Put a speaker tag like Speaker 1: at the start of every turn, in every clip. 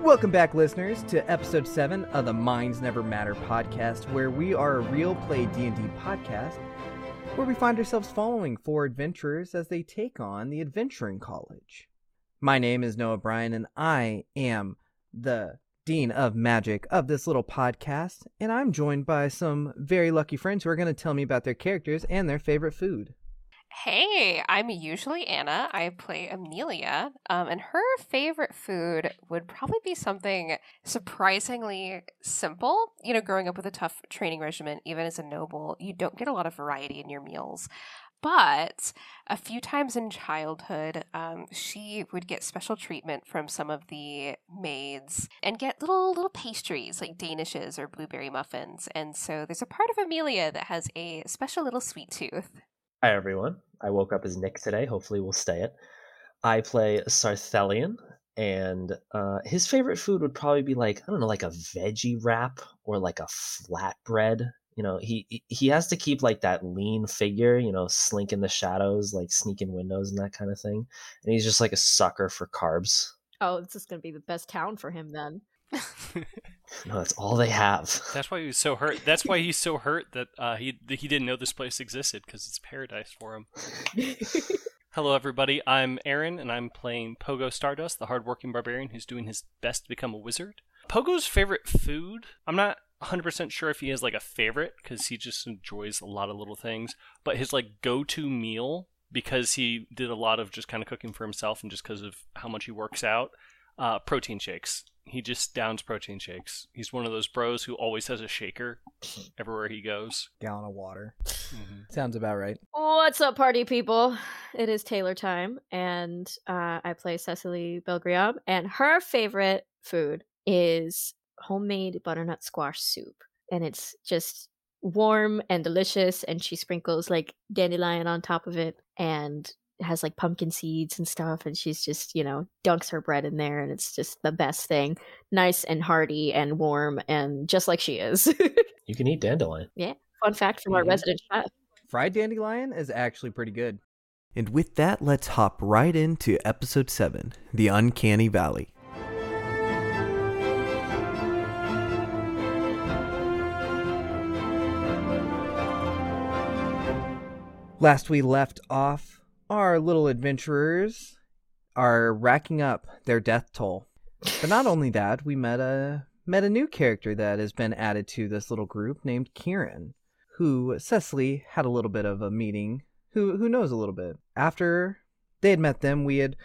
Speaker 1: Welcome back, listeners, to episode seven of the Minds Never Matter podcast, where we are a real play D and D podcast, where we find ourselves following four adventurers as they take on the adventuring college. My name is Noah Bryan, and I am the dean of magic of this little podcast, and I'm joined by some very lucky friends who are going to tell me about their characters and their favorite food.
Speaker 2: Hey, I'm usually Anna. I play Amelia, um, and her favorite food would probably be something surprisingly simple. You know, growing up with a tough training regimen, even as a noble, you don't get a lot of variety in your meals. But a few times in childhood, um, she would get special treatment from some of the maids and get little little pastries like danishes or blueberry muffins. And so there's a part of Amelia that has a special little sweet tooth.
Speaker 3: Hi everyone. I woke up as Nick today. Hopefully we'll stay it. I play Sarthelian, and uh, his favorite food would probably be like I don't know, like a veggie wrap or like a flatbread. You know, he he has to keep like that lean figure. You know, slink in the shadows, like sneak in windows and that kind of thing. And he's just like a sucker for carbs.
Speaker 4: Oh, this is going to be the best town for him then.
Speaker 3: No, that's all they have.
Speaker 5: That's why he was so hurt. That's why he's so hurt that uh, he that he didn't know this place existed because it's paradise for him. Hello, everybody. I'm Aaron, and I'm playing Pogo Stardust, the hardworking barbarian who's doing his best to become a wizard. Pogo's favorite food. I'm not 100% sure if he has like a favorite because he just enjoys a lot of little things. But his like go-to meal because he did a lot of just kind of cooking for himself and just because of how much he works out. Uh, protein shakes. He just downs protein shakes. He's one of those bros who always has a shaker everywhere he goes.
Speaker 1: Gallon of water sounds about right.
Speaker 4: What's up, party people? It is Taylor time, and uh, I play Cecily Belgriam, and her favorite food is homemade butternut squash soup, and it's just warm and delicious, and she sprinkles like dandelion on top of it, and it has like pumpkin seeds and stuff, and she's just you know dunks her bread in there, and it's just the best thing, nice and hearty and warm, and just like she is.
Speaker 3: You can eat dandelion.
Speaker 4: Fun fact from our
Speaker 3: Mhm.
Speaker 4: resident chef.
Speaker 1: Fried dandelion is actually pretty good. And with that, let's hop right into episode 7 The Uncanny Valley. Last we left off, our little adventurers are racking up their death toll. But not only that, we met a met a new character that has been added to this little group named Kieran who Cecily had a little bit of a meeting, who who knows a little bit. After they had met them, we had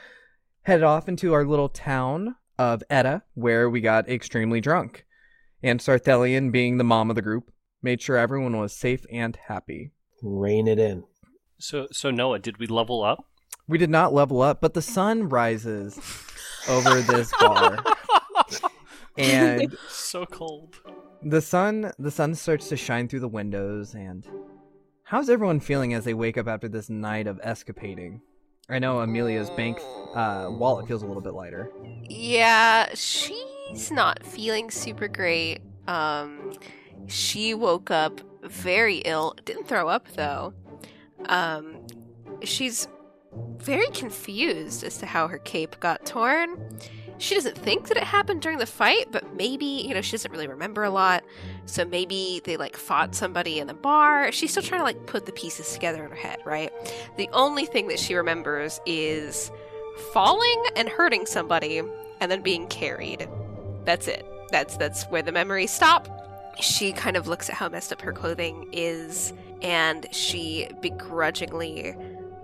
Speaker 1: headed off into our little town of Edda, where we got extremely drunk. And Sarthelian, being the mom of the group, made sure everyone was safe and happy.
Speaker 3: Rein it in.
Speaker 5: So so Noah, did we level up?
Speaker 1: We did not level up, but the sun rises over this bar. And
Speaker 5: so cold.
Speaker 1: the sun the sun starts to shine through the windows and how's everyone feeling as they wake up after this night of escapading i know amelia's bank uh, wallet feels a little bit lighter
Speaker 2: Yeah, she's not feeling super great. Um, she woke up very ill. Didn't throw up though. Um, she's very confused as to how her cape got torn. She doesn't think that it happened during the fight, but maybe, you know, she doesn't really remember a lot. So maybe they like fought somebody in the bar. She's still trying to like put the pieces together in her head, right? The only thing that she remembers is falling and hurting somebody and then being carried. That's it. That's that's where the memories stop. She kind of looks at how messed up her clothing is and she begrudgingly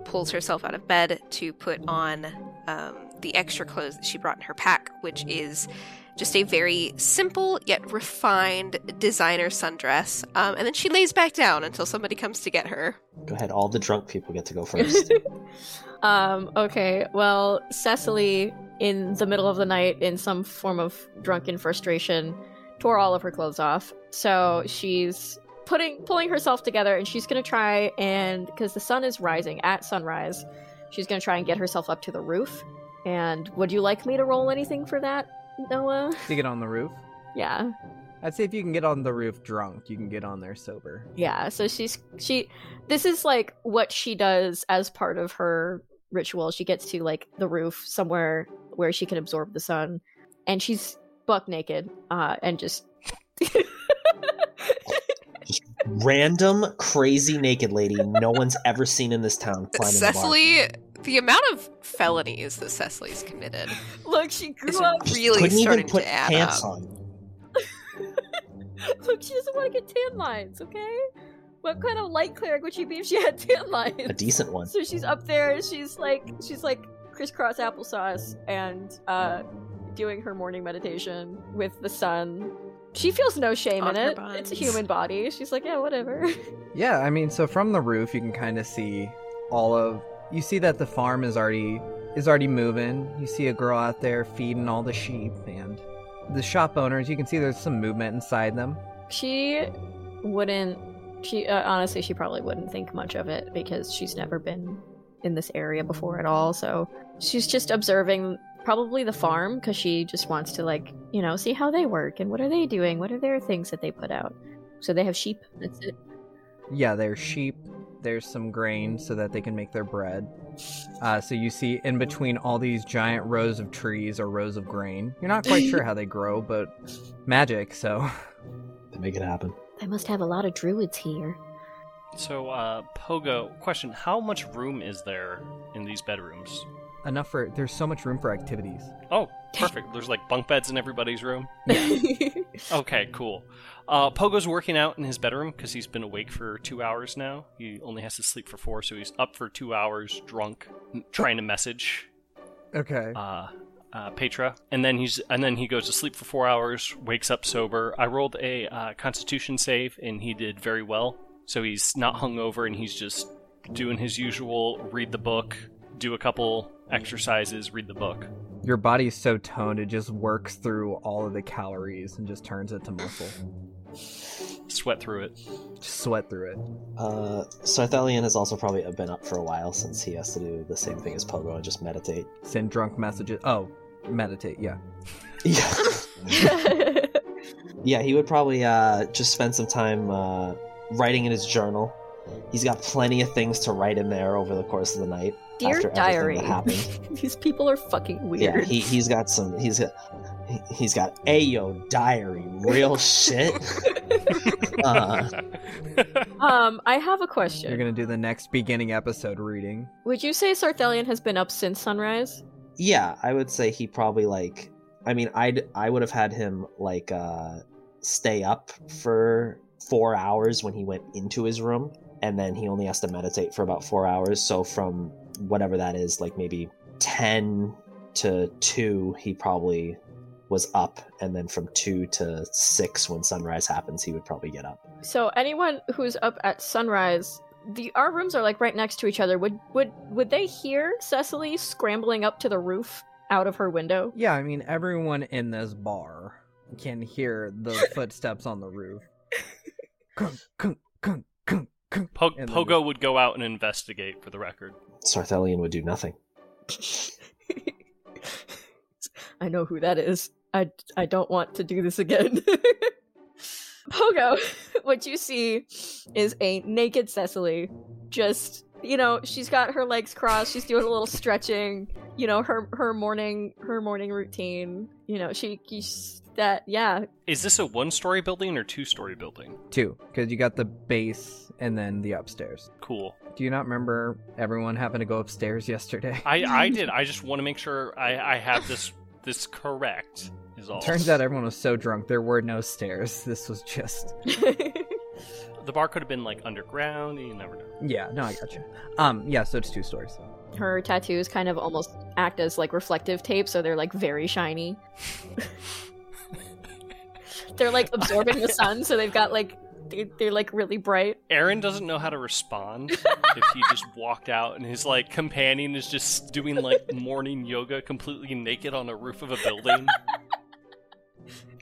Speaker 2: pulls herself out of bed to put on um, the extra clothes that she brought in her pack, which is just a very simple yet refined designer sundress. Um, and then she lays back down until somebody comes to get her.
Speaker 3: Go ahead. All the drunk people get to go first.
Speaker 4: um, okay, well, Cecily, in the middle of the night, in some form of drunken frustration, tore all of her clothes off. So she's putting pulling herself together, and she's gonna try and because the sun is rising at sunrise, she's gonna try and get herself up to the roof. And would you like me to roll anything for that, Noah?
Speaker 1: to get on the roof
Speaker 4: Yeah.
Speaker 1: i'd say if you can get on the roof drunk you can get on there sober
Speaker 4: Yeah, so she's she this is like what she does as part of her ritual. She gets to like the roof somewhere where she can absorb the sun and she's
Speaker 6: buck naked uh, and just
Speaker 3: Random, crazy naked lady no one's ever seen in this town climbing the bar.
Speaker 2: Cecily, the amount of felonies that Cecily's committed
Speaker 6: look. She
Speaker 2: is
Speaker 6: grew up.
Speaker 3: Just
Speaker 2: really
Speaker 3: couldn't
Speaker 2: starting
Speaker 3: even put
Speaker 2: to add
Speaker 3: pants
Speaker 2: up.
Speaker 3: on.
Speaker 6: look, she doesn't want to get tan lines. Okay, what kind of light cleric would she be if she had tan lines?
Speaker 3: A decent one.
Speaker 6: So she's up there. She's like she's like crisscross applesauce and uh, doing her morning meditation with the sun. She feels no shame
Speaker 2: On
Speaker 6: in
Speaker 2: her
Speaker 6: it. It's
Speaker 2: buns.
Speaker 6: a human body. She's like, yeah, whatever.
Speaker 1: Yeah, I mean, so from the roof you can kind of see all of you see that the farm is already is already moving. You see a girl out there feeding all the sheep and the shop owners, you can see there's some movement inside them.
Speaker 6: She wouldn't. She uh, honestly, she probably wouldn't think much of it because she's never been in this area before at all. So she's just observing probably the farm because she just wants to like you know see how they work and what are they doing, what are their things that they put out. So they have sheep. That's it.
Speaker 1: Yeah, there's sheep, there's some grain so that they can make their bread. Uh, so you see in between all these giant rows of trees or rows of grain. You're not quite sure how they grow, but magic, so
Speaker 3: To make it happen.
Speaker 6: They must have a lot of druids here.
Speaker 5: So, uh, Pogo, question: How much room is there in these bedrooms?
Speaker 1: enough for there's so much room for activities.
Speaker 5: Oh, perfect. There's like bunk beds in everybody's room. Okay, cool. Uh, Pogo's working out in his bedroom because he's been awake for two hours now. He only has to sleep for four, so he's up for two hours, drunk, m- trying to message
Speaker 1: Okay.
Speaker 5: uh, uh, Petra, and then he's and then he goes to sleep for four hours, wakes up sober. I rolled a uh, Constitution save, and he did very well. So he's not hungover, and he's just doing his usual: read the book, do a couple exercises, read the book.
Speaker 1: Your body is so toned, it just works through all of the calories and just turns it to muscle.
Speaker 5: Sweat through it.
Speaker 1: Just sweat through it.
Speaker 3: Uh, Sarthalion has also probably been up for a while since he has to do the same thing as Pogo and just meditate.
Speaker 1: Send drunk messages. Oh, meditate. Yeah.
Speaker 3: Yeah, yeah he would probably uh, just spend some time uh, writing in his journal. He's got plenty of things to write in there over the course of the night.
Speaker 6: Dear
Speaker 3: After everything that
Speaker 6: diary,
Speaker 3: happened.
Speaker 6: these people are fucking weird.
Speaker 3: Yeah, he he's got some. He's got he, he's got ayo diary, real shit. uh,
Speaker 1: Uh-huh.
Speaker 6: um, I have a question.
Speaker 1: You're gonna do the next beginning episode reading.
Speaker 6: Would you say Sarthelian has been up since sunrise?
Speaker 3: yeah, I would say he probably like. I mean, I'd I would have had him like uh, stay up for four hours when he went into his room, and then he only has to meditate for about four hours. So from whatever that is, like maybe ten to two, he probably was up, and then from two to six, when sunrise happens, he would probably get up.
Speaker 6: So anyone who's up at sunrise, the our rooms are like right next to each other. Would would would they hear Cecily scrambling up to the roof out of her window?
Speaker 1: Yeah, I mean everyone in this bar can hear the footsteps on the roof. Kunk, kunk, kunk, kunk, kunk.
Speaker 5: Po-
Speaker 1: And then-
Speaker 5: Pogo would go out and investigate for the record.
Speaker 3: Sarthelian would do nothing.
Speaker 6: I know who that is. I I don't want to do this again. Pogo, what you see is a naked Cecily. Just you know, she's got her legs crossed. She's doing a little stretching. You know, her her morning her morning routine. You know, she, she's that yeah.
Speaker 5: Is this a one-story building or two-story building?
Speaker 1: Two, because you got the base and then the upstairs.
Speaker 5: Cool.
Speaker 1: Do you not remember everyone happened to go upstairs yesterday?
Speaker 5: I I did. I just want to make sure I I have this this correct. Is all.
Speaker 1: Turns out everyone was so drunk there were no stairs. This was just
Speaker 5: the bar could have been like underground. You never know.
Speaker 1: Yeah, no, I gotcha. Um, yeah, so it's two stories.
Speaker 6: her tattoos kind of almost act as like reflective tape, so they're like very shiny. they're like absorbing the sun, so they've got like they're, they're like really bright.
Speaker 5: Aaron doesn't know how to respond if he just walked out and his like companion is just doing like morning yoga completely naked on the roof of a building.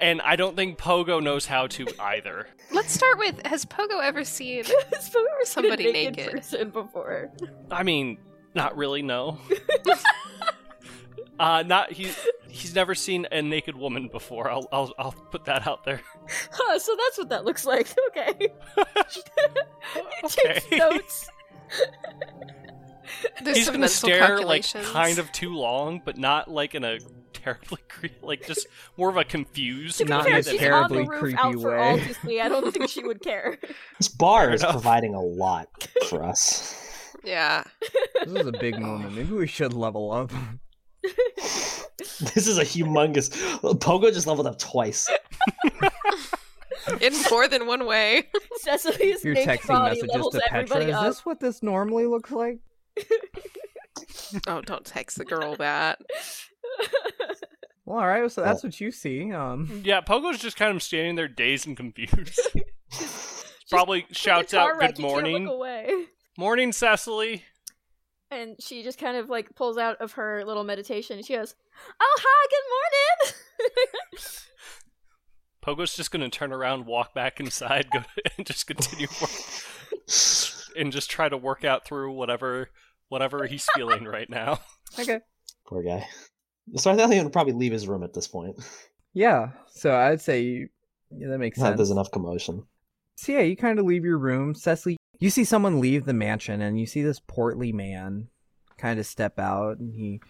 Speaker 5: And I don't think Pogo knows how to either.
Speaker 2: Let's start with has Pogo ever seen
Speaker 6: It's probably never seen a
Speaker 2: Somebody naked.
Speaker 6: person before.
Speaker 5: I mean, not really. No. Uh, not he. He's never seen a naked woman before. I'll I'll, I'll put that out there.
Speaker 6: Huh, so that's what that looks like. Okay. He takes
Speaker 5: Okay.
Speaker 6: notes.
Speaker 2: there's
Speaker 5: he's
Speaker 2: some
Speaker 5: gonna
Speaker 2: mental
Speaker 5: stare like
Speaker 2: calculations.
Speaker 5: kind of too long, but not like in a terribly creepy, like just more of a confused.
Speaker 4: To be
Speaker 1: Not
Speaker 5: kind
Speaker 4: fair,
Speaker 5: of
Speaker 4: she's
Speaker 5: thing.
Speaker 4: on
Speaker 1: terribly
Speaker 4: the roof
Speaker 1: creepy
Speaker 4: out for
Speaker 1: way.
Speaker 4: all to see. I don't think she would care.
Speaker 3: This bar is
Speaker 5: enough.
Speaker 3: providing a lot for us.
Speaker 2: Yeah.
Speaker 1: This is a big moment. Maybe we should level up.
Speaker 3: This is a humongous. Pogo just leveled up twice.
Speaker 2: In more than one way.
Speaker 4: Cecily's
Speaker 1: Your
Speaker 4: naked
Speaker 1: texting
Speaker 4: body
Speaker 1: messages
Speaker 4: levels
Speaker 1: to Petra.
Speaker 4: everybody
Speaker 1: Is
Speaker 4: up.
Speaker 1: this what this normally looks like?
Speaker 2: Oh, don't text the girl that.
Speaker 1: Well, all right. So that's what you see. Um,
Speaker 5: Yeah, Pogo's just kind of standing there dazed and confused.
Speaker 4: She's
Speaker 5: Probably
Speaker 4: a
Speaker 5: shouts
Speaker 4: car
Speaker 5: out,
Speaker 4: wreck,
Speaker 5: Good
Speaker 4: you can't look
Speaker 5: morning.
Speaker 4: away."
Speaker 5: Morning, Cecily.
Speaker 4: And she just kind of like pulls out of her little meditation. and She goes, "Oh hi, good morning."
Speaker 5: Pogo's just gonna turn around, walk back inside, go and just continue work, and just try to work out through whatever whatever he's feeling right now.
Speaker 1: okay.
Speaker 3: Poor guy. Sarthalion would probably leave his room at this point.
Speaker 1: Yeah. So I'd say you, yeah, that makes
Speaker 3: Not
Speaker 1: sense.
Speaker 3: there's enough commotion.
Speaker 1: So yeah, you kind of leave your room, Cecily. You see someone leave the mansion, and you see this portly man kind of step out, and he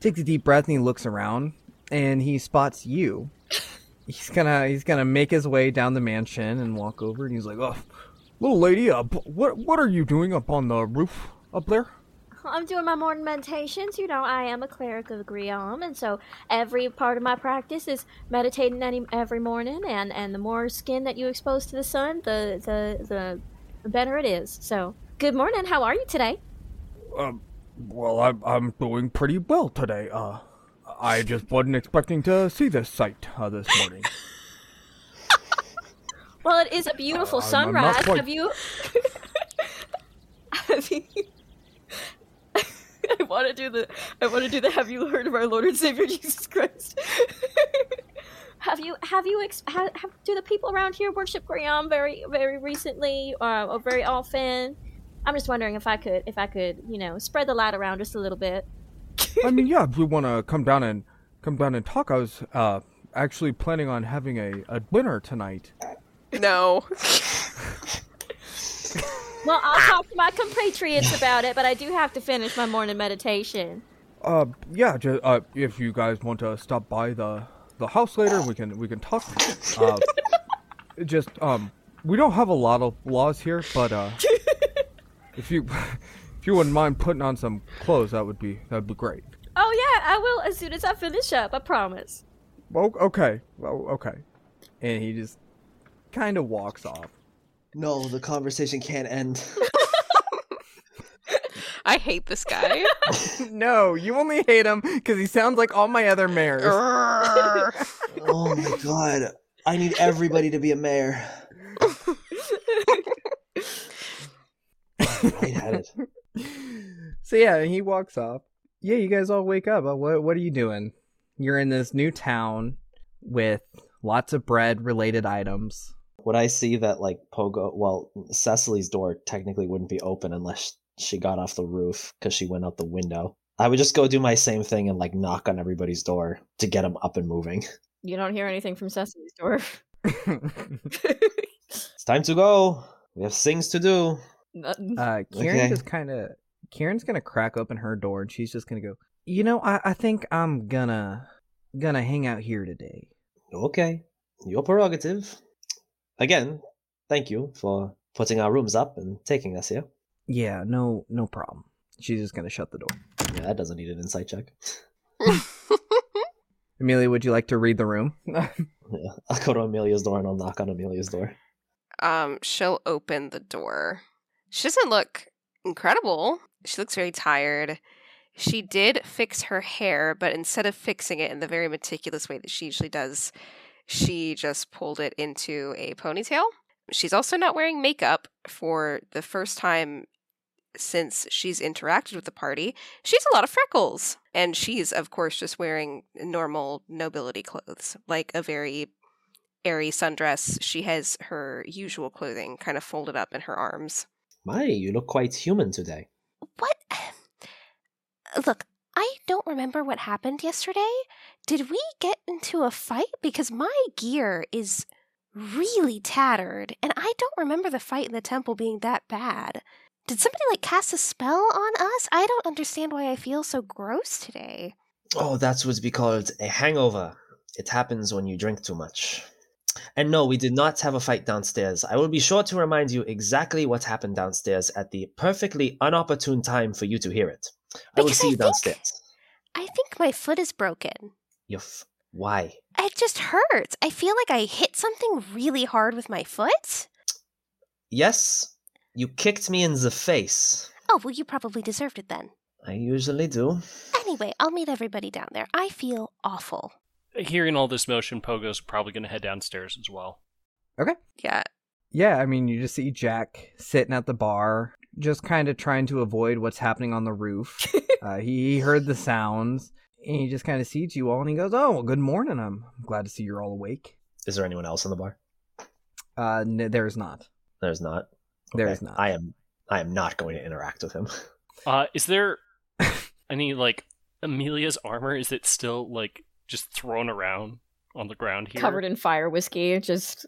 Speaker 1: takes a deep breath and he looks around, and he spots you. He's gonna he's gonna make his way down the mansion and walk over, and he's like, "Oh, little lady, up what what are you doing up on the roof up there?"
Speaker 4: I'm doing my morning meditations. You know, I am a cleric of Griam, and so every part of my practice is meditating any, every morning. And, and the more skin that you expose to the sun, the, the the better it is. So, good morning. How are you today?
Speaker 1: Um, well, I'm I'm doing pretty well today. Uh, I just wasn't expecting to see this sight uh, this morning.
Speaker 4: Well, it is a beautiful
Speaker 1: Uh, I'm- I'm not
Speaker 4: sunrise.
Speaker 1: quite-
Speaker 4: Have you? Have you? I want to do the. I want to do the. Have you heard of our Lord and Savior Jesus Christ? have you? Have you? Ex- have, have, do the people around here worship Graham very, very recently, uh, or very often? I'm just wondering if I could, if I could, you know, spread the light around just a little bit.
Speaker 1: I mean, yeah, if you want to come down and come down and talk, I was uh, actually planning on having a, a dinner tonight.
Speaker 2: No.
Speaker 4: Well, I'll talk to my compatriots about it, but I do have to finish my morning meditation.
Speaker 1: Uh, yeah, ju- uh, if you guys want to stop by the the house later, we can we can talk. Uh, just um, we don't have a lot of laws here, but uh, if you if you wouldn't mind putting on some clothes, that would be that'd be great.
Speaker 4: Oh yeah, I will as soon as I finish up. I promise.
Speaker 1: Oh, okay, oh, okay, and he just kind of walks off.
Speaker 3: No, the conversation can't end.
Speaker 2: I hate this guy.
Speaker 1: no, you only hate him because he sounds like all my other mayors.
Speaker 2: Grrr.
Speaker 3: oh my god. I need everybody to be a mayor. I had it.
Speaker 1: so yeah, he walks off. Yeah, you guys all wake up. Uh, What what are you doing? You're in this new town with lots of bread related items.
Speaker 3: Would I see that like Pogo? Well, Cecily's door technically wouldn't be open unless she got off the roof because she went out the window. I would just go do my same thing and like knock on everybody's door to get them up and moving.
Speaker 4: You don't hear anything from Cecily's door.
Speaker 3: It's time to go. We have things to do.
Speaker 4: Nothing.
Speaker 1: uh, Karen
Speaker 3: Okay.
Speaker 1: just kind of Karen's gonna crack open her door and she's just gonna go. You know, I I think I'm gonna gonna hang out here today.
Speaker 3: Okay, your prerogative. Again, thank you for putting our rooms up and taking us here.
Speaker 1: Yeah, no no problem. She's just gonna shut the door.
Speaker 3: Yeah, that doesn't need an insight check.
Speaker 1: Amelia, would you like to read the room?
Speaker 3: Yeah, I'll go to Amelia's door and I'll knock on Amelia's door.
Speaker 2: um, she'll open the door. She doesn't look incredible. She looks very tired. She did fix her hair, but instead of fixing it in the very meticulous way that she usually does, she just pulled it into a ponytail. She's also not wearing makeup for the first time since she's interacted with the party. She's a lot of freckles. And she's, of course, just wearing normal nobility clothes, like a very airy sundress. She has her usual clothing kind of folded up in her arms.
Speaker 3: My, you look quite human today.
Speaker 7: What? Look, I don't remember what happened yesterday. Did we get into a fight? Because my gear is really tattered, and I don't remember the fight in the temple being that bad. Did somebody like cast a spell on us? I don't understand why I feel so gross today.
Speaker 3: Oh, that's what's be called a hangover. It happens when you drink too much. And no, we did not have a fight downstairs. I will be sure to remind you exactly what happened downstairs at the perfectly unopportune time for you to hear it. I will
Speaker 7: Because
Speaker 3: see
Speaker 7: I
Speaker 3: you
Speaker 7: think-
Speaker 3: downstairs.
Speaker 7: I think my foot is broken.
Speaker 3: You f- why?
Speaker 7: It just hurts. I feel like I hit something really hard with my foot.
Speaker 3: Yes, you kicked me in the face.
Speaker 7: Oh, well, you probably deserved it then.
Speaker 3: I usually do.
Speaker 7: Anyway, I'll meet everybody down there. I feel awful.
Speaker 5: Hearing all this motion, Pogo's probably going to head downstairs as well.
Speaker 2: Yeah.
Speaker 1: Yeah, I mean, you just see Jack sitting at the bar, just kind of trying to avoid what's happening on the roof. uh, he heard the sounds, and he just kind of sees you all, and he goes, "Oh, well, good morning. I'm glad to see you're all awake."
Speaker 3: Is there anyone else in the bar?
Speaker 1: Uh, n- there is not.
Speaker 3: There's not.
Speaker 1: There is not.
Speaker 3: I am. I am not going to interact with him.
Speaker 5: Uh, is there any like Amelia's armor? Is it still like just thrown around on the ground here?
Speaker 4: Covered in fire whiskey, just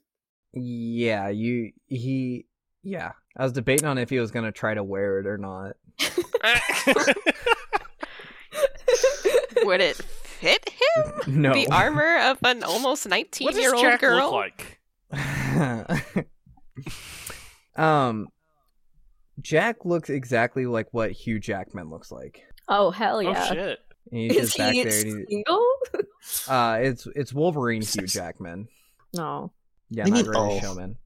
Speaker 1: Yeah, you. He. Yeah, I was debating on if he was gonna try to wear it or not.
Speaker 2: Would it fit him?
Speaker 1: No.
Speaker 2: The armor of an almost 19
Speaker 5: what does
Speaker 2: year old
Speaker 5: Jack
Speaker 2: girl?
Speaker 5: look like?
Speaker 1: um, Jack looks exactly like what Hugh Jackman looks like.
Speaker 4: Oh hell yeah.
Speaker 5: Oh shit!
Speaker 1: And he's just back there. And he,
Speaker 4: single?
Speaker 1: Uh, it's it's Wolverine Hugh
Speaker 3: Sexy.
Speaker 1: Jackman.
Speaker 4: No.
Speaker 1: Yeah,
Speaker 3: They
Speaker 1: not
Speaker 3: need
Speaker 1: Greatest
Speaker 3: all.
Speaker 1: Showman.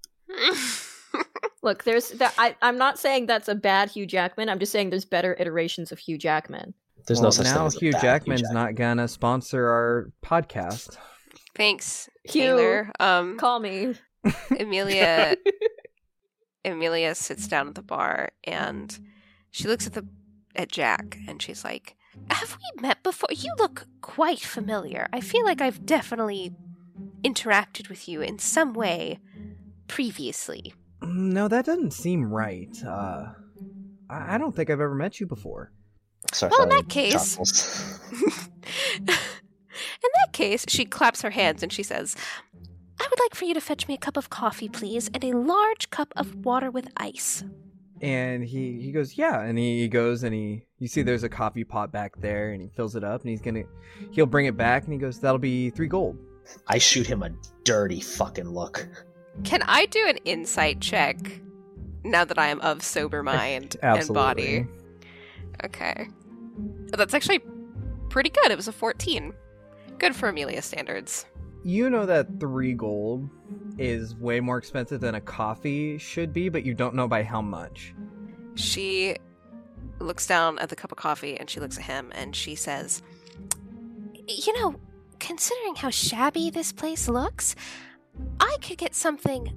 Speaker 4: Look, there's that I I'm not saying that's a bad Hugh Jackman. I'm just saying there's better iterations of Hugh Jackman.
Speaker 3: There's no
Speaker 1: Well,
Speaker 3: such thing
Speaker 1: now
Speaker 3: as a
Speaker 1: Hugh
Speaker 3: bad
Speaker 1: Jackman's
Speaker 3: Jack-
Speaker 1: not gonna sponsor our podcast.
Speaker 2: Thanks,
Speaker 4: Hugh,
Speaker 2: Taylor. Um,
Speaker 4: call me.
Speaker 2: Amelia Amelia sits down at the bar and she looks at the at Jack and she's like,
Speaker 7: Have we met before? You look quite familiar. I feel like I've definitely interacted with you in some way previously.
Speaker 1: No, that doesn't seem right. Uh, I I don't think I've ever met you before.
Speaker 3: Sorry,
Speaker 2: Well, in
Speaker 3: Sally.
Speaker 2: that case-
Speaker 3: Chuckles.
Speaker 2: "In
Speaker 7: that case,
Speaker 2: she claps her hands and she says,
Speaker 7: I would like for you to fetch me a cup of coffee, please, and a large cup of water with ice.
Speaker 1: and he he goes yeah and he, he goes and he you see there's a coffee pot back there and he fills it up and he's gonna he'll bring it back and he goes that'll be three gold
Speaker 3: I shoot him a dirty fucking look.
Speaker 2: "Can I do an insight check now that I am of sober mind and body?" Okay, that's actually pretty good. It was a fourteen. Good for Amelia standards.
Speaker 1: you know that three gold is way more expensive than a coffee should be but you don't know by how much
Speaker 2: She looks down at the cup of coffee and she looks at him and she says,
Speaker 7: You know, considering how shabby this place looks, I could get something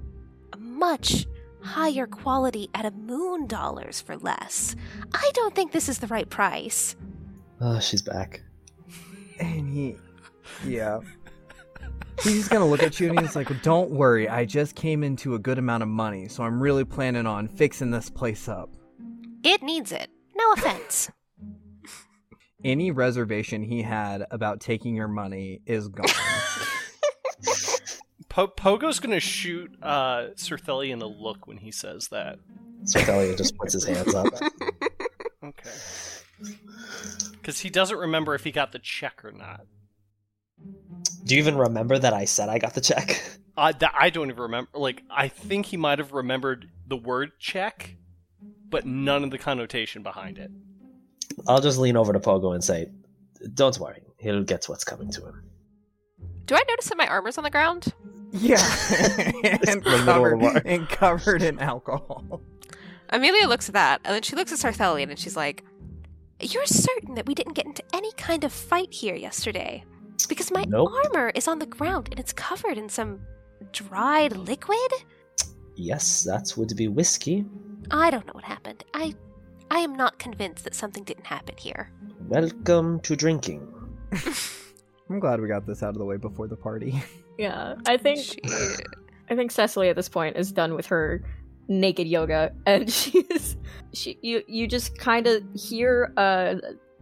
Speaker 7: much higher quality at a moon dollars for less. I don't think this is the right price.
Speaker 3: Oh, she's back.
Speaker 1: and he yeah he's just gonna look at you and he's like don't worry i just came into a good amount of money so i'm really planning on fixing this place up
Speaker 7: It needs it. No offense.
Speaker 1: any reservation he had about taking your money is gone
Speaker 5: Po- Pogo's going to shoot uh, Sir Thelian a look when he says that.
Speaker 3: So Thalia just puts his hands up.
Speaker 5: Okay. Because he doesn't remember if he got the check or not.
Speaker 3: Do you even remember that I said I got the check?
Speaker 5: I, th- I don't even remember. Like, I think he might have remembered the word check, but none of the connotation behind it.
Speaker 3: I'll just lean over to Pogo and say, "Don't worry, he'll get what's coming to him."
Speaker 2: "Do I notice that my armor's on the ground?"
Speaker 1: Yeah.
Speaker 3: It's
Speaker 1: and,
Speaker 3: the middle of the
Speaker 1: covered,
Speaker 3: bar.
Speaker 1: and covered in alcohol.
Speaker 2: Amelia looks at that, and then she looks at Sarthelian and she's like,
Speaker 7: You're certain that we didn't get into any kind of fight here yesterday? Because my
Speaker 3: Nope.
Speaker 7: armor is on the ground and it's covered in some dried liquid?
Speaker 3: Yes, that would be whiskey.
Speaker 7: I don't know what happened. I I am not convinced that something didn't happen here.
Speaker 3: Welcome to drinking.
Speaker 1: I'm glad we got this out of the way before the party.
Speaker 4: Yeah. I think
Speaker 2: she,
Speaker 4: I think Cecily at this point is done with her naked yoga, and she is she you you just kind of hear uh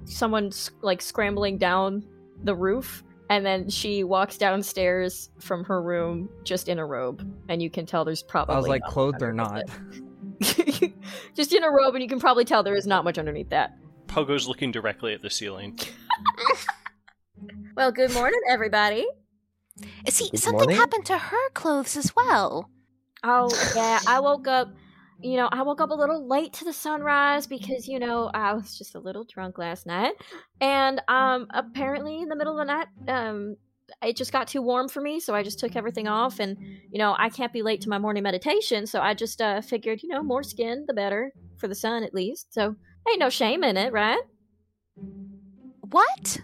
Speaker 4: someone s- like scrambling down the roof, and then she walks downstairs from her room just in a robe, and you can tell there's probably
Speaker 1: I was like,
Speaker 4: not
Speaker 1: clothed or not.
Speaker 4: underneath it. just in a robe, and you can probably tell there is not much underneath that.
Speaker 5: Pogo's looking directly at the ceiling.
Speaker 4: Well, good morning, everybody.
Speaker 7: See,
Speaker 3: Good
Speaker 7: something
Speaker 3: morning.
Speaker 7: happened to her clothes as well.
Speaker 4: Oh yeah, I woke up. You know, I woke up a little late to the sunrise because you know I was just a little drunk last night, and um, apparently in the middle of the night, um, it just got too warm for me, so I just took everything off, and you know I can't be late to my morning meditation, so I just uh figured you know more skin the better for the sun at least. So ain't no shame in it, right?
Speaker 7: What?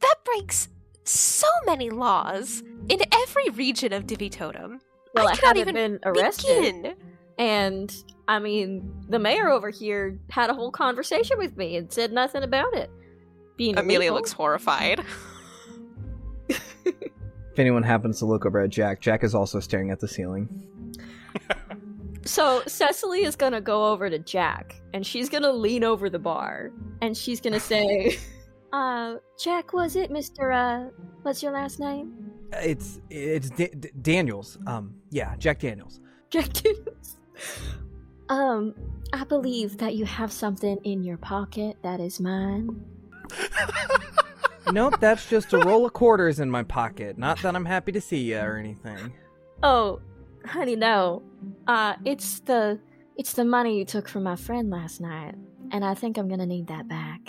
Speaker 7: That breaks so many laws in every region of Divi Totem.
Speaker 4: Well,
Speaker 7: I
Speaker 4: I
Speaker 7: cannot
Speaker 4: haven't
Speaker 7: even
Speaker 4: been arrested,
Speaker 7: Begin.
Speaker 4: and I mean the mayor over here had a whole conversation with me and said nothing about it. Being
Speaker 2: Amelia
Speaker 4: illegal.
Speaker 2: looks horrified.
Speaker 1: If anyone happens to look over at Jack, Jack is also staring at the ceiling.
Speaker 4: So Cecily is gonna go over to Jack, and she's gonna lean over the bar, and she's gonna say, "Uh, Jack, was it Mister? Uh, what's your last name?
Speaker 1: It's it's da- D- Daniels. Um, yeah, Jack Daniels.
Speaker 4: Jack Daniels." Um, I believe that you have something in your pocket that is mine.
Speaker 1: Nope, that's just a roll of quarters in my pocket. Not that I'm happy to see you or anything.
Speaker 4: Oh, honey, no. Uh, it's the it's the money you took from my friend last night, and I think I'm gonna need that back.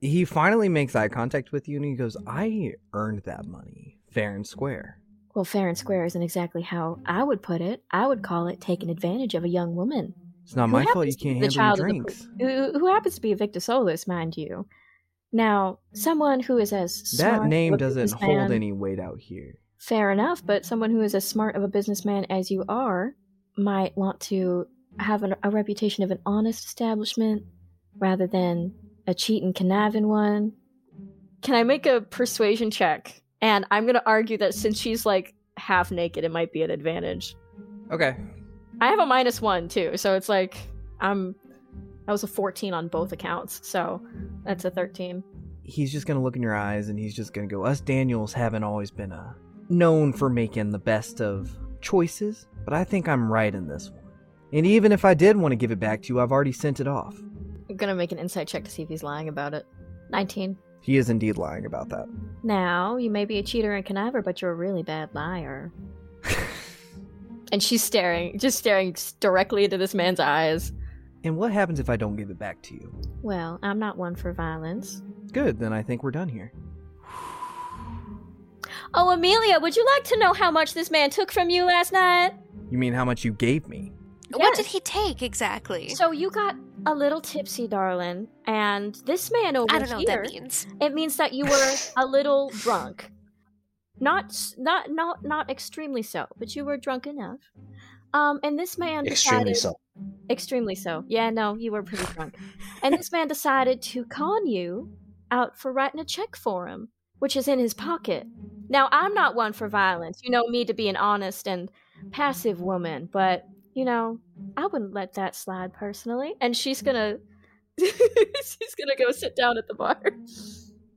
Speaker 1: He finally makes eye contact with you and he goes, "I earned that money, fair and square."
Speaker 4: Well, fair and square isn't exactly how I would put it. I would call it taking advantage of a young woman.
Speaker 1: It's not
Speaker 4: Who
Speaker 1: my fault
Speaker 4: happens to
Speaker 1: you
Speaker 4: be
Speaker 1: can't
Speaker 4: the
Speaker 1: handle your
Speaker 4: child of the
Speaker 1: drinks.
Speaker 4: who, who happens to be a Victor Solus, mind you. Now, someone who is as smart
Speaker 1: That name
Speaker 4: of a
Speaker 1: doesn't hold
Speaker 4: businessman-
Speaker 1: any weight out here.
Speaker 4: Fair enough, but someone who is as smart of a businessman as you are might want to have an, a reputation of an honest establishment rather than a cheat and conniving one. Can I make a persuasion check? And I'm going to argue that since she's like half naked, it might be an advantage.
Speaker 1: Okay.
Speaker 4: I have a minus one too, so it's like I'm. That was a 14 on both accounts, so that's a 13.
Speaker 1: He's just gonna look in your eyes and he's just gonna go, Us Daniels haven't always been uh, known for making the best of choices, but I think I'm right in this one. And even if I did want to give it back to you, I've already sent it off.
Speaker 4: I'm gonna make an insight check to see if he's lying about it. 19.
Speaker 1: He is indeed lying about that.
Speaker 4: Now, you may be a cheater and conniver, but you're a really bad liar. and she's staring, just staring s- directly into this man's eyes.
Speaker 1: And what happens if I don't give it back to you?
Speaker 4: Well, I'm not one for violence.
Speaker 1: Good, then I think we're done here.
Speaker 4: Oh, Amelia, would you like to know how much this man took from you last night?
Speaker 1: You mean how much you gave me?
Speaker 2: What did he take exactly?
Speaker 4: So you got a little tipsy, darling, and this man over
Speaker 7: I don't know what
Speaker 4: here.
Speaker 7: that means.
Speaker 4: It means that you were a little drunk. Not s- not not not extremely so, but you were drunk enough. Um, and this man
Speaker 3: Extremely
Speaker 4: decided,
Speaker 3: so.
Speaker 4: Extremely so. Yeah, no, you were pretty drunk. and this man decided to con you out for writing a check for him, which is in his pocket. Now, I'm not one for violence. You know me to be an honest and passive woman, but you know, I wouldn't let that slide personally. And she's gonna, she's gonna go sit down at the bar.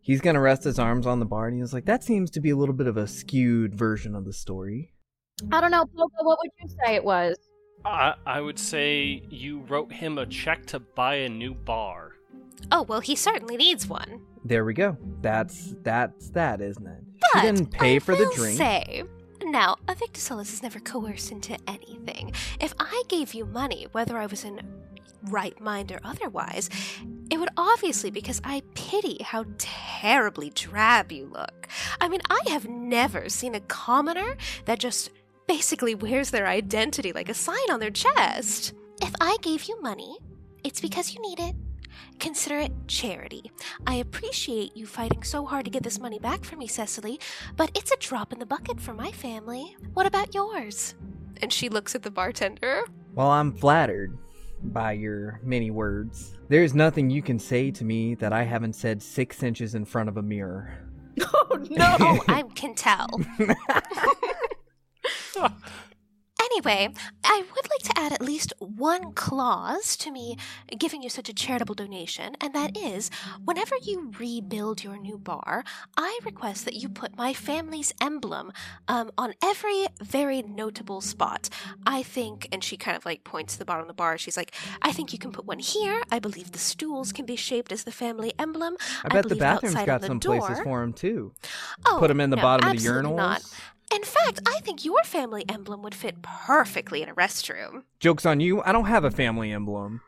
Speaker 1: He's gonna rest his arms on the bar and he's like, That seems to be a little bit of a skewed version of the story.
Speaker 4: I don't know, Pogo, what would you say it was?
Speaker 5: I, I would say you wrote him a check to buy a new bar.
Speaker 7: Oh, well, he certainly needs one.
Speaker 1: There we go. That's that's that, isn't it?
Speaker 7: But
Speaker 1: she didn't pay
Speaker 7: I
Speaker 1: for the
Speaker 7: will
Speaker 1: drink.
Speaker 7: Say, now, a Victosolus is never coerced into anything. If I gave you money, whether I was in right mind or otherwise, it would obviously because I pity how terribly drab you look. I mean, I have never seen a commoner that just basically wears their identity like a sign on their chest. If I gave you money, it's because you need it. Consider it charity. I appreciate you fighting so hard to get this money back for me, Cecily, but it's a drop in the bucket for my family. What about yours?
Speaker 2: and she looks at the bartender.
Speaker 1: Well, I'm flattered by your many words. There's nothing you can say to me that I haven't said six inches in front of a mirror.
Speaker 4: Oh no!
Speaker 7: I can tell. Anyway, I would like to add at least one clause to me giving you such a charitable donation, and that is whenever you rebuild your new bar, I request that you put my family's emblem um, on every very notable spot. I think, and she kind of like points to the bottom of the bar, she's like, I think you can put one here. I believe the stools can be shaped as the family emblem.
Speaker 1: I bet the
Speaker 7: believe
Speaker 1: bathroom's
Speaker 7: outside on
Speaker 1: got
Speaker 7: the
Speaker 1: some places
Speaker 7: door-
Speaker 1: for him too.
Speaker 7: Oh,
Speaker 1: Put him in the
Speaker 7: no,
Speaker 1: bottom of the
Speaker 7: absolutely
Speaker 1: urinals.
Speaker 7: Not. In fact, I think your family emblem would fit perfectly in a restroom.
Speaker 1: Joke's on you. I don't have a family emblem.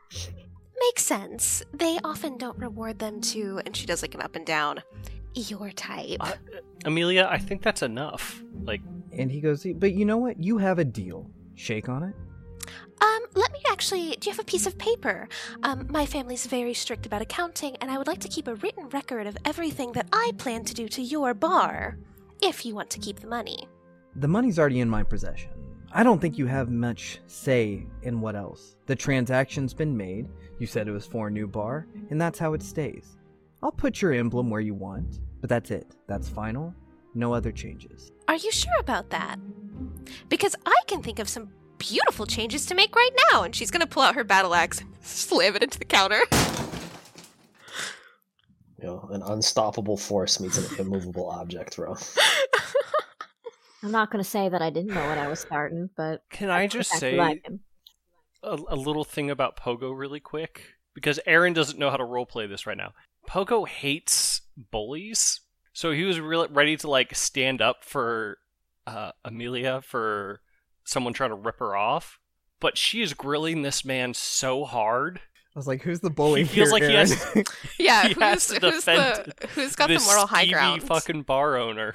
Speaker 7: Makes sense. They often don't reward them too, and she does like an up and down. Your type.
Speaker 5: Uh, Amelia, I think that's enough. Like,
Speaker 1: And he goes, but you know what? You have a deal. Shake on it.
Speaker 7: Um, let me actually. Do you have a piece of paper? Um, my family's very strict about accounting, and I would like to keep a written record of everything that I plan to do to your bar, if you want to keep the money.
Speaker 1: The money's already in my possession. I don't think you have much say in what else. The transaction's been made. You said it was for a new bar, and that's how it stays. I'll put your emblem where you want, but that's it. That's final. No other changes.
Speaker 7: Are you sure about that? Because I can think of some beautiful changes to make right
Speaker 2: Oh,
Speaker 7: now, and she's gonna pull out her battle axe and slam it into the counter.
Speaker 3: You know, an unstoppable force meets an immovable object throw.
Speaker 4: I'm not gonna say that I didn't know what I was starting, but
Speaker 5: can I just
Speaker 4: Back to
Speaker 5: say a,
Speaker 4: Lycan.
Speaker 5: a little thing about Pogo really quick? Because Aaron doesn't know how to roleplay this right now. Pogo hates bullies, so he was really ready to like stand up for uh, Amelia for someone trying to rip her off, but she is grilling this man so hard.
Speaker 1: I was like, who's the bully?
Speaker 5: He feels
Speaker 1: here,
Speaker 5: like he
Speaker 1: Aaron?
Speaker 5: has-
Speaker 2: Yeah,
Speaker 5: He
Speaker 2: who's,
Speaker 5: has to
Speaker 2: who's the
Speaker 5: defend
Speaker 2: who's got the
Speaker 5: this
Speaker 2: moral high
Speaker 5: skeevy
Speaker 2: ground?
Speaker 5: fucking bar owner.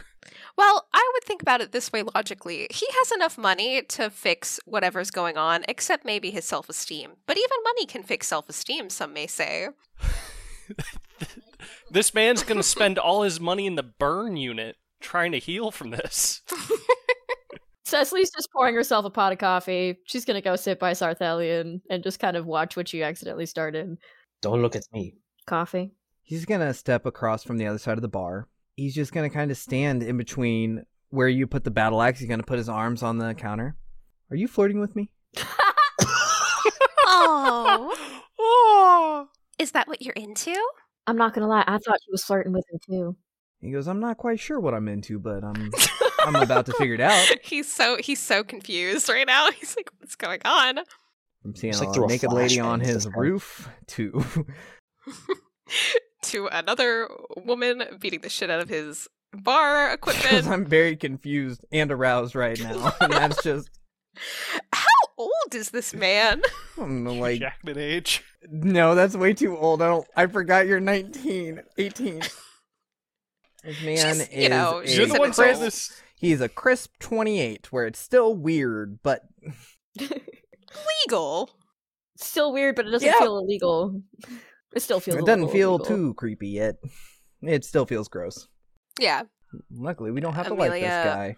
Speaker 2: Well, I would think about it this way logically. He has enough money to fix whatever's going on, except maybe his self esteem. But even money can fix self esteem, some may say.
Speaker 5: This man's gonna spend all his money in the burn unit trying to heal from this.
Speaker 4: Cecily's just pouring herself a pot of coffee. She's gonna go sit by Sarthelian and just kind of watch what she accidentally started.
Speaker 3: Don't look at me.
Speaker 4: Coffee.
Speaker 1: He's gonna step across from the other side of the bar. He's just gonna kind of stand in between where you put the battle axe. He's gonna put his arms on the counter. Are you flirting with me?
Speaker 7: Oh,
Speaker 5: oh.
Speaker 7: is that what you're into?
Speaker 4: I'm not gonna lie, I thought she was flirting with him too.
Speaker 1: He goes, I'm not quite sure what I'm into, but I'm I'm about to figure it out.
Speaker 2: He's so he's so confused right now. He's like, what's going on?
Speaker 1: I'm seeing
Speaker 3: It's like
Speaker 1: a
Speaker 3: through a
Speaker 1: naked lady on
Speaker 3: flashbang
Speaker 1: his
Speaker 3: system.
Speaker 1: roof too.
Speaker 2: to another woman beating the shit out of his bar
Speaker 1: 'Cause
Speaker 2: equipment.
Speaker 1: I'm very confused and aroused right now. and that's just
Speaker 2: How old is this man?
Speaker 1: I don't know, like
Speaker 5: Jackman age.
Speaker 1: no, that's way too old. I don't I forgot you're 19, 18. This man
Speaker 2: She's-
Speaker 1: is
Speaker 2: you know,
Speaker 1: a-
Speaker 2: she's You're the an one saying
Speaker 1: crisp,
Speaker 2: adult.
Speaker 5: this.
Speaker 1: He's a crisp 28 where it's still weird, but
Speaker 2: Legal.
Speaker 4: Still weird, but it doesn't
Speaker 1: Yeah.
Speaker 4: feel illegal. It still feels.
Speaker 1: it
Speaker 4: a
Speaker 1: doesn't
Speaker 4: little
Speaker 1: feel
Speaker 4: illegal.
Speaker 1: too creepy yet. It still feels gross.
Speaker 2: Yeah.
Speaker 1: Luckily, we don't have to like this guy.
Speaker 2: Amelia-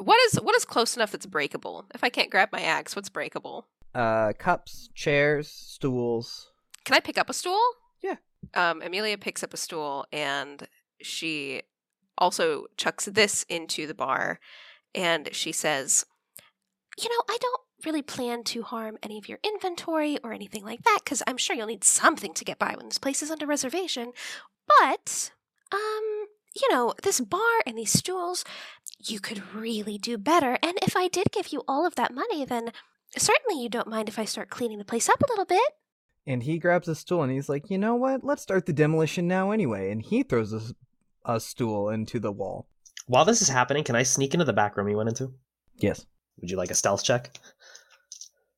Speaker 2: What is what is close enough that's breakable? If I can't grab my axe, what's breakable?
Speaker 1: Uh, cups, chairs, stools.
Speaker 2: Can I pick up a stool?
Speaker 1: Yeah.
Speaker 2: Um, Amelia picks up a stool and she also chucks this into the bar and she says,
Speaker 7: You know, I don't really plan to harm any of your inventory or anything like that because I'm sure you'll need something to get by when this place is under reservation. But, um, you know, this bar and these stools, you could really do better. And if I did give you all of that money, then certainly you don't mind if I start cleaning the place up a little bit.
Speaker 1: And he grabs a stool and he's like, you know what? Let's start the demolition now anyway. And he throws a, s- a stool into the wall.
Speaker 3: While this is happening, can I sneak into the back room you went into?
Speaker 1: Yes.
Speaker 3: Would you like a stealth check?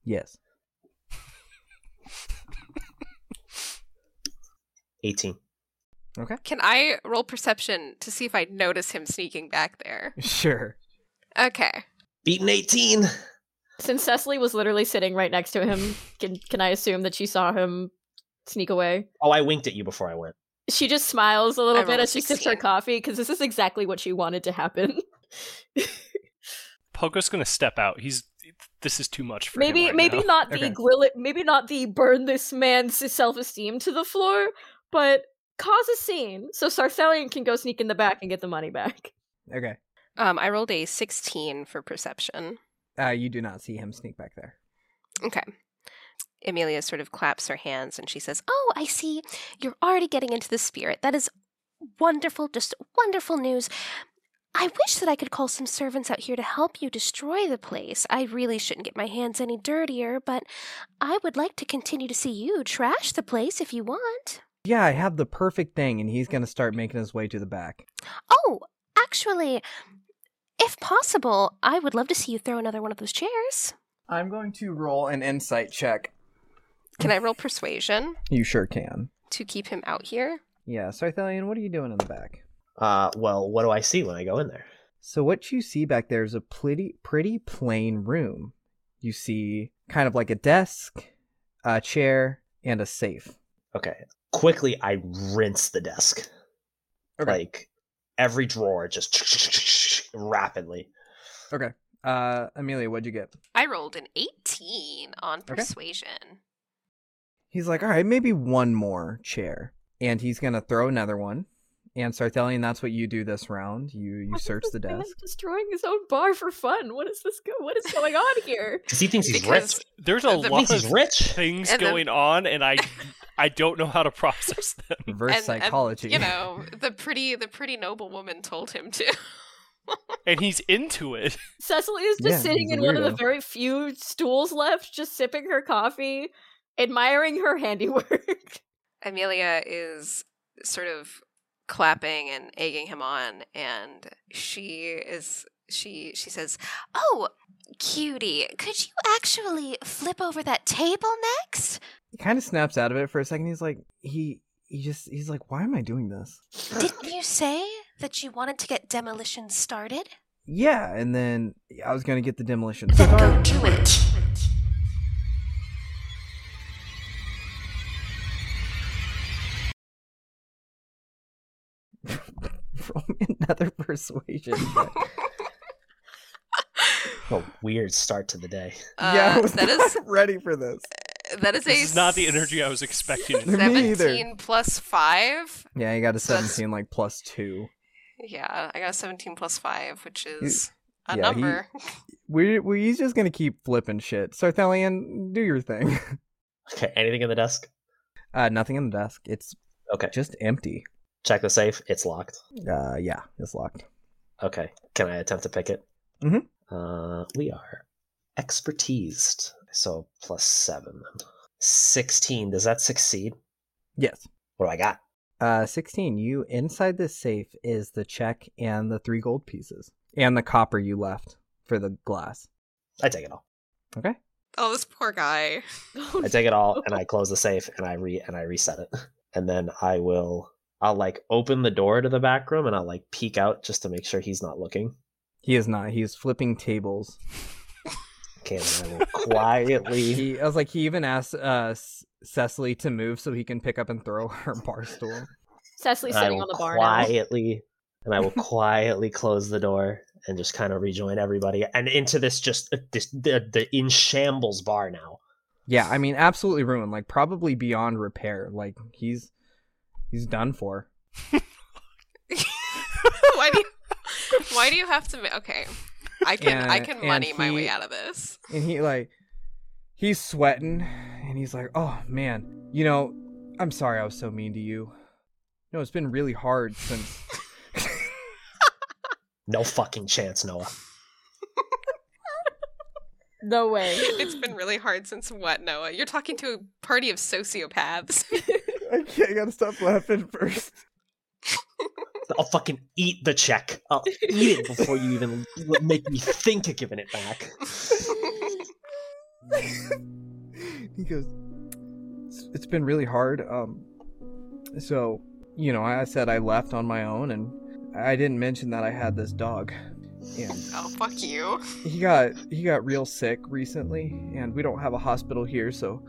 Speaker 1: Yes.
Speaker 3: 18.
Speaker 2: Can I roll perception to see if I notice him sneaking back there?
Speaker 1: Sure.
Speaker 2: Okay.
Speaker 3: Beaten 18!
Speaker 4: Since Cecily was literally sitting right next to him, can can I assume that she saw him sneak away?
Speaker 3: Oh, I winked at you before I went.
Speaker 4: She just smiles a little
Speaker 2: I rolled
Speaker 4: bit
Speaker 2: a
Speaker 4: as she sips her
Speaker 2: 16.
Speaker 4: coffee because this is exactly what she wanted to happen.
Speaker 5: Pogo's gonna step out. He's this is too much for
Speaker 4: maybe
Speaker 5: him. right
Speaker 4: maybe
Speaker 5: now.
Speaker 4: not the
Speaker 1: Okay.
Speaker 4: grill it maybe not the burn this man's self-esteem to the floor but cause a scene so sarthelian can go sneak in the back and get the money back
Speaker 1: Okay.
Speaker 2: Um, I rolled a 16 for perception.
Speaker 1: Uh, you do not see him sneak back there.
Speaker 2: Okay.
Speaker 7: Amelia sort of claps her hands and she says, Oh, I see. You're already getting into the spirit. That is wonderful, just wonderful news. I wish that I could call some servants out here to help you destroy the place. I really shouldn't get my hands any dirtier, but I would like to continue to see you trash the place if you want.
Speaker 1: Yeah, I have the perfect thing, and he's going to start making his way to the back.
Speaker 7: Oh, actually, if possible, I would love to see you throw another one of those chairs.
Speaker 1: I'm going to roll an insight check.
Speaker 2: Can I roll persuasion
Speaker 1: You sure can.
Speaker 2: to keep him out here?
Speaker 1: Yeah, Sarthalion, what are you doing in the back?
Speaker 3: Uh, well, what do I see when I go in there?
Speaker 1: So what you see back there is a pretty pretty plain room. You see kind of like a desk, a chair, and a safe.
Speaker 3: Okay. Quickly, I rinse the desk.
Speaker 1: Okay.
Speaker 3: Like every drawer, just rapidly.
Speaker 1: Uh Amelia, what'd you get?
Speaker 2: I rolled an 18 on
Speaker 1: Okay.
Speaker 2: persuasion.
Speaker 1: He's like, all right, maybe one more chair. And he's gonna throw another one. And Sarthelian, that's what you do this round. You you search the desk.
Speaker 4: destroying his own bar for fun. What is this? Go- what is going on here?
Speaker 3: Because he thinks he's
Speaker 2: Because
Speaker 3: rich.
Speaker 5: There's a
Speaker 2: And the-
Speaker 5: lot
Speaker 3: He's
Speaker 5: of
Speaker 3: rich.
Speaker 5: things
Speaker 2: And the-
Speaker 5: going on, and I I don't know how to process them.
Speaker 1: Reverse
Speaker 2: and- and,
Speaker 1: psychology.
Speaker 2: You know, the pretty the pretty noble woman told him to.
Speaker 5: And he's into it.
Speaker 4: Cecily is just
Speaker 1: Yeah,
Speaker 4: sitting
Speaker 1: he's a
Speaker 4: in one of the
Speaker 1: weirdo.
Speaker 4: very few stools left, just sipping her coffee, admiring her handiwork.
Speaker 2: Amelia is sort of clapping and egging him on and she is she she says
Speaker 7: Oh, cutie, could you actually flip over that table next?
Speaker 1: He kind of snaps out of it for a second. He's like, he he just he's like, why am I doing this?
Speaker 7: Didn't you say that you wanted to get demolition started?
Speaker 1: Yeah, and then I was gonna get the demolition
Speaker 7: Then
Speaker 1: started.
Speaker 7: go do it.
Speaker 1: Roll me another persuasion. check.
Speaker 3: A weird start to the day.
Speaker 1: yeah, I
Speaker 2: uh,
Speaker 1: was
Speaker 2: that
Speaker 1: not
Speaker 2: is uh,
Speaker 1: ready for this.
Speaker 2: that is
Speaker 5: This
Speaker 2: a
Speaker 5: is not the energy I was expecting.
Speaker 1: Me either.
Speaker 2: 17 plus 5
Speaker 1: Yeah, you got a
Speaker 2: That's-
Speaker 1: 17 like plus two.
Speaker 2: yeah i got 17 plus 5 which is a
Speaker 1: yeah, he-
Speaker 2: number
Speaker 1: We're, we he's just gonna keep flipping shit. Sarthalion, do your thing.
Speaker 3: Okay. Anything in the desk?
Speaker 1: Uh, nothing in the desk. It's
Speaker 3: Okay.
Speaker 1: just empty.
Speaker 3: Check the safe. It's locked.
Speaker 1: Uh, yeah, it's locked.
Speaker 3: Okay. Can I attempt to pick it?
Speaker 1: Mhm.
Speaker 3: Uh, we are expertised. So plus seven. 16. Does that succeed?
Speaker 1: Yes.
Speaker 3: What do I got?
Speaker 1: Uh, 16. You inside this safe is the check and the three gold pieces and the copper you left for the glass.
Speaker 3: I take it all.
Speaker 1: Okay.
Speaker 2: oh this poor guy
Speaker 4: Oh,
Speaker 3: I take it all and I close the safe and I re and I reset it. And then I will I'll like open the door to the back room and I'll like peek out just to make sure he's not looking.
Speaker 1: He is not. He is flipping tables.
Speaker 3: Okay, then I will quietly
Speaker 1: He, I was like, he even asked uh, S- Cecily to move so he can pick up and throw her bar stool.
Speaker 4: Cecily's
Speaker 3: I
Speaker 4: sitting
Speaker 3: will
Speaker 4: on the bar now.
Speaker 3: quietly and I will quietly close the door and just kind of rejoin everybody and into this just uh, this the, the in shambles bar now.
Speaker 1: Yeah, I mean, absolutely ruined. Like, probably beyond repair. Like, he's he's done for.
Speaker 2: why do you why do you have to ma- okay i can i
Speaker 1: And-
Speaker 2: can
Speaker 1: and
Speaker 2: money my
Speaker 1: he-
Speaker 2: way out of this
Speaker 1: And he like he's sweating, and he's like, "Oh man, you know, I'm sorry I was so mean to you. No, it's been really hard since."
Speaker 3: No fucking chance, Noah.
Speaker 4: No way.
Speaker 2: it's been really hard since what noah you're talking to a party of sociopaths
Speaker 1: I can't. I gotta stop laughing first.
Speaker 3: I'll fucking eat the check. I'll eat it before you even make me think of giving it back.
Speaker 1: he goes, "It's- "It's been really hard. Um, so you know, I said I left on my own, and I didn't mention that I had this dog, and."
Speaker 2: oh fuck you
Speaker 1: he got he got real sick recently and we don't have a hospital here so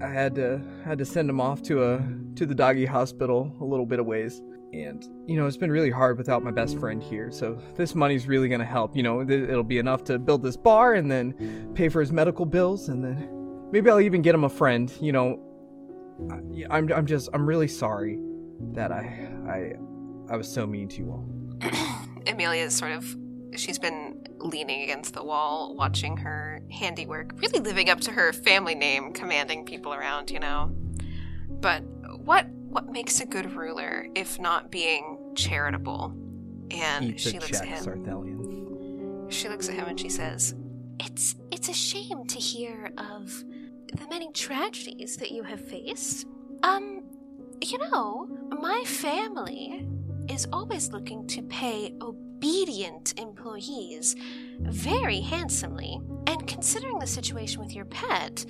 Speaker 1: i had to had to send him off to a to the doggy hospital a little bit of ways and you know it's been really hard without my best friend here so this money's really going to help you know th- it'll be enough to build this bar and then pay for his medical bills and then maybe i'll even get him a friend you know I, i'm i'm just i'm really sorry that i i i was so mean to you all
Speaker 2: Amelia is sort of she's been leaning against the wall, watching her handiwork, really living up to her family name, commanding people around, you know. But what what makes a good ruler if not being charitable? And
Speaker 1: Eat the
Speaker 2: she looks
Speaker 1: check,
Speaker 2: at him.
Speaker 1: Sarthelian.
Speaker 2: She looks at him and she says,
Speaker 7: It's it's a shame to hear of the many tragedies that you have faced. Um, you know, my family is always looking to pay obedient employees very handsomely. And considering the situation with your pet,